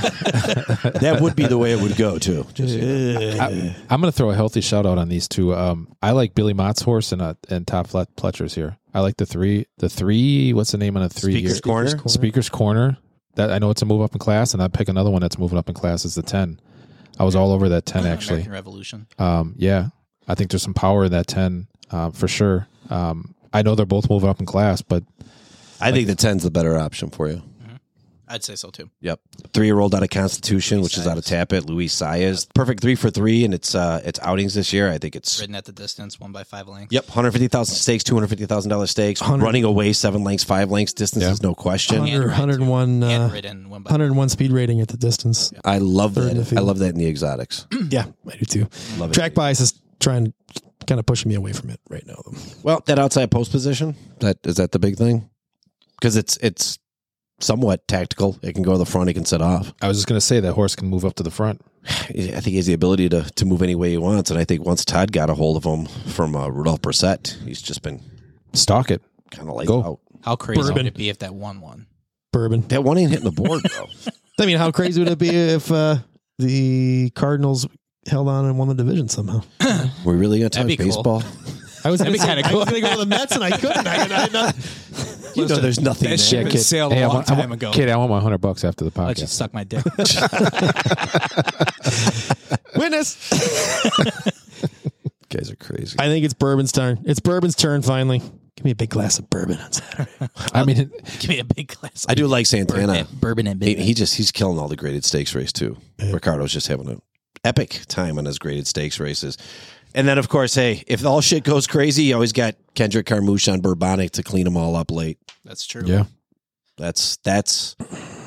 Speaker 4: That would be the way it would go too. Just, you know.
Speaker 2: I, I'm going to throw a healthy shout out on these two. Um, I like Billy Mott's horse and uh, and Top Flat Pletcher's here. I like the three. The three. What's the name on the three?
Speaker 4: Speaker's
Speaker 2: here?
Speaker 4: Corner.
Speaker 2: Speaker's Corner. That I know it's a move up in class, and I pick another one that's moving up in class is the ten. I was all over that ten actually.
Speaker 3: American Revolution.
Speaker 2: Um, yeah, I think there's some power in that ten um, for sure. Um, I know they're both moving up in class, but
Speaker 4: I think the 10's the better option for you.
Speaker 3: I'd say so too.
Speaker 4: Yep. Three year old out of Constitution, which is out of Tappet, Luis Saez. Perfect three for three and it's uh it's outings this year. I think it's
Speaker 3: Ridden at the distance, one by five lengths.
Speaker 4: Yep, hundred fifty thousand stakes, two hundred fifty thousand dollars stakes, running away seven lengths, five lengths, distance is no question.
Speaker 1: 100, 101,
Speaker 3: And
Speaker 1: uh,
Speaker 3: ridden one by
Speaker 1: 101 speed rating at the distance.
Speaker 4: I love
Speaker 1: in the
Speaker 4: that. I
Speaker 1: field.
Speaker 4: love that in the exotics.
Speaker 1: Yeah, I do too.
Speaker 4: Love it.
Speaker 1: Track bias is trying, kind of pushing me away from it right now. Though.
Speaker 4: Well, that outside post position that is that the big thing because it's it's somewhat tactical. It can go to the front. It can set off.
Speaker 2: I was just going to say that horse can move up to the front.
Speaker 4: I think he has the ability to to move any way he wants. And I think once Todd got a hold of him from uh, Rudolph Brissett, he's just been
Speaker 2: Stalk it.
Speaker 4: kind of like
Speaker 2: Go.
Speaker 4: out.
Speaker 3: How crazy
Speaker 1: Bourbon.
Speaker 3: would it be if that won one?
Speaker 1: Bourbon.
Speaker 4: That one ain't hitting the board, bro.
Speaker 1: I mean, how crazy would it be if uh, the Cardinals held on and won the division somehow?
Speaker 4: We're really gonna talk
Speaker 3: That'd be cool.
Speaker 4: baseball.
Speaker 1: I was
Speaker 3: That'd
Speaker 1: gonna
Speaker 3: be
Speaker 1: say-
Speaker 3: kinda
Speaker 1: I
Speaker 3: cool.
Speaker 1: was going to go with the Mets, and I couldn't. I, I, I,
Speaker 4: You know, there's nothing.
Speaker 3: that
Speaker 4: there.
Speaker 3: shit- Been sailed a
Speaker 2: I
Speaker 3: long
Speaker 2: want- I
Speaker 3: time
Speaker 2: want-
Speaker 3: ago.
Speaker 2: Kid, I want my hundred bucks after the
Speaker 3: Let you
Speaker 2: podcast.
Speaker 3: suck my dick.
Speaker 1: witness.
Speaker 4: You guys are crazy.
Speaker 1: I think it's Bourbon's turn. It's Bourbon's turn finally. Give me a big glass of bourbon on Saturday.
Speaker 2: I mean,
Speaker 3: Give me a big glass.
Speaker 4: I do like
Speaker 3: bourbon,
Speaker 4: Santana.
Speaker 3: and, bourbon and
Speaker 4: He,
Speaker 3: big.
Speaker 4: he just he's killing all the graded stakes race too. Ricardo's just having an epic time on his graded stakes races. And then of course, hey, if all shit goes crazy, you always got Kendrick Carmouche on Bourbonic to clean them all up late.
Speaker 3: That's true.
Speaker 2: yeah,
Speaker 4: That's that's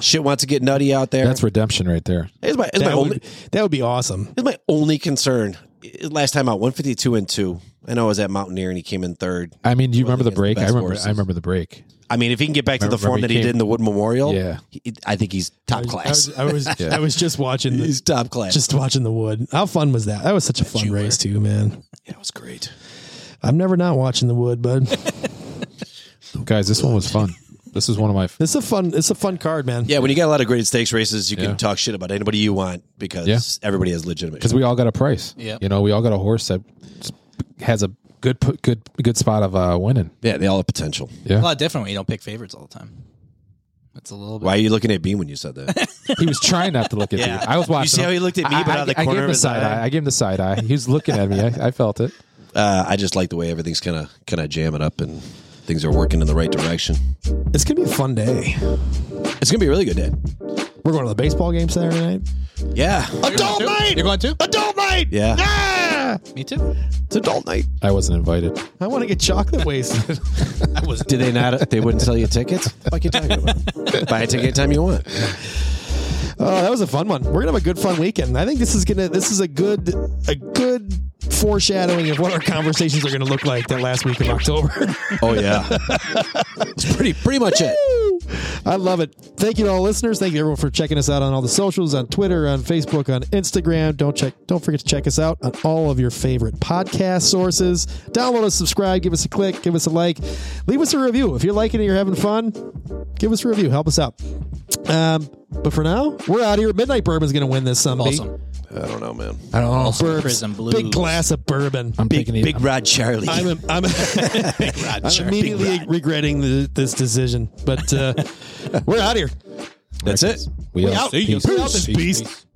Speaker 4: shit wants to get nutty out there.
Speaker 2: that's redemption right there.
Speaker 4: it's my, it's my
Speaker 1: That
Speaker 4: only
Speaker 1: would, that would be awesome.
Speaker 4: it's my only concern. I- Last time out, one fifty two and two. I know I was at Mountaineer and he came in third.
Speaker 2: I mean, do you
Speaker 4: Well,
Speaker 2: remember the break?
Speaker 4: against the
Speaker 2: I
Speaker 4: best
Speaker 2: remember.
Speaker 4: horses.
Speaker 2: I remember the break.
Speaker 4: I mean, if he can get back to the
Speaker 2: Remember
Speaker 4: form
Speaker 2: he
Speaker 4: that he
Speaker 2: came-
Speaker 4: did in the Wood Memorial,
Speaker 2: Yeah.
Speaker 4: he, I think he's top class.
Speaker 1: I was, I was, I was just watching the,
Speaker 4: he's top class.
Speaker 1: just watching the wood. How fun was that? That was such a fun race too, man.
Speaker 4: yeah, it was great.
Speaker 1: I'm never not watching the wood, bud.
Speaker 2: Guys, this one was fun. This is one of my.
Speaker 1: It's a fun. It's a fun card, man.
Speaker 4: Yeah, when you got a lot of graded stakes races, you
Speaker 2: Yeah.
Speaker 4: can talk shit about anybody you want because
Speaker 2: Yeah.
Speaker 4: everybody has legitimate.
Speaker 2: because we all got a price.
Speaker 3: Yep.
Speaker 2: you know, we all got a horse that has a good pu- good good spot of uh, winning.
Speaker 4: yeah, they all have potential.
Speaker 2: Yeah,
Speaker 3: A lot different when you don't pick favorites all the time. That's a little bit.
Speaker 4: Why are you looking at me when you said that?
Speaker 2: he was trying not to look at
Speaker 4: Yeah.
Speaker 2: me. I was
Speaker 4: You
Speaker 2: watching.
Speaker 4: see how he looked at me,
Speaker 2: I-
Speaker 4: but
Speaker 2: I-
Speaker 4: out of the
Speaker 2: I
Speaker 4: corner
Speaker 2: gave him
Speaker 4: of
Speaker 2: the
Speaker 4: his
Speaker 2: side
Speaker 4: eye?
Speaker 2: eye. I gave him the side eye. He was looking at me. I, I felt it.
Speaker 4: uh, I just like the way everything's kind of kind of jamming up and things are working in the right direction.
Speaker 1: It's gonna be a fun day.
Speaker 4: It's gonna be a really good day.
Speaker 1: We're going to the baseball game Saturday night.
Speaker 4: Yeah,
Speaker 3: Adult night. You're going to?
Speaker 1: Adult night.
Speaker 4: yeah,
Speaker 3: Me too.
Speaker 4: it's adult night.
Speaker 2: I wasn't invited.
Speaker 1: I want to get chocolate wasted.
Speaker 3: I was.
Speaker 4: Did they not? They wouldn't sell you tickets. What the fuck you talking about? Buy a ticket anytime you want.
Speaker 1: Oh, that was a fun one. We're gonna have a good fun weekend. I think this is gonna this is a good a good foreshadowing of what our conversations are gonna look like that last week of October.
Speaker 4: Oh yeah, it's pretty pretty much it.
Speaker 1: I love it. Thank you to all listeners. Thank you everyone for checking us out on all the socials, on Twitter, on Facebook, on Instagram. Don't check don't forget to check us out on all of your favorite podcast sources. Download us, subscribe, give us a click, give us a like, leave us a review. If you're liking it, you're having fun, give us a review. Help us out. Um, but for now, we're out of here. Midnight Bourbon's gonna win this some
Speaker 3: Awesome.
Speaker 4: I don't know, man.
Speaker 2: I don't know.
Speaker 3: Awesome. Prison Blues.
Speaker 1: Big glass of bourbon.
Speaker 2: I'm
Speaker 1: big,
Speaker 2: taking it.
Speaker 4: Big Rod Charlie.
Speaker 1: I'm, I'm, I'm immediately regretting the, this decision, but uh, we're out here.
Speaker 4: That's it.
Speaker 2: we,
Speaker 1: We
Speaker 2: out.
Speaker 1: out. See you.
Speaker 2: Peace.
Speaker 1: Peace.
Speaker 2: Peace.
Speaker 1: Peace.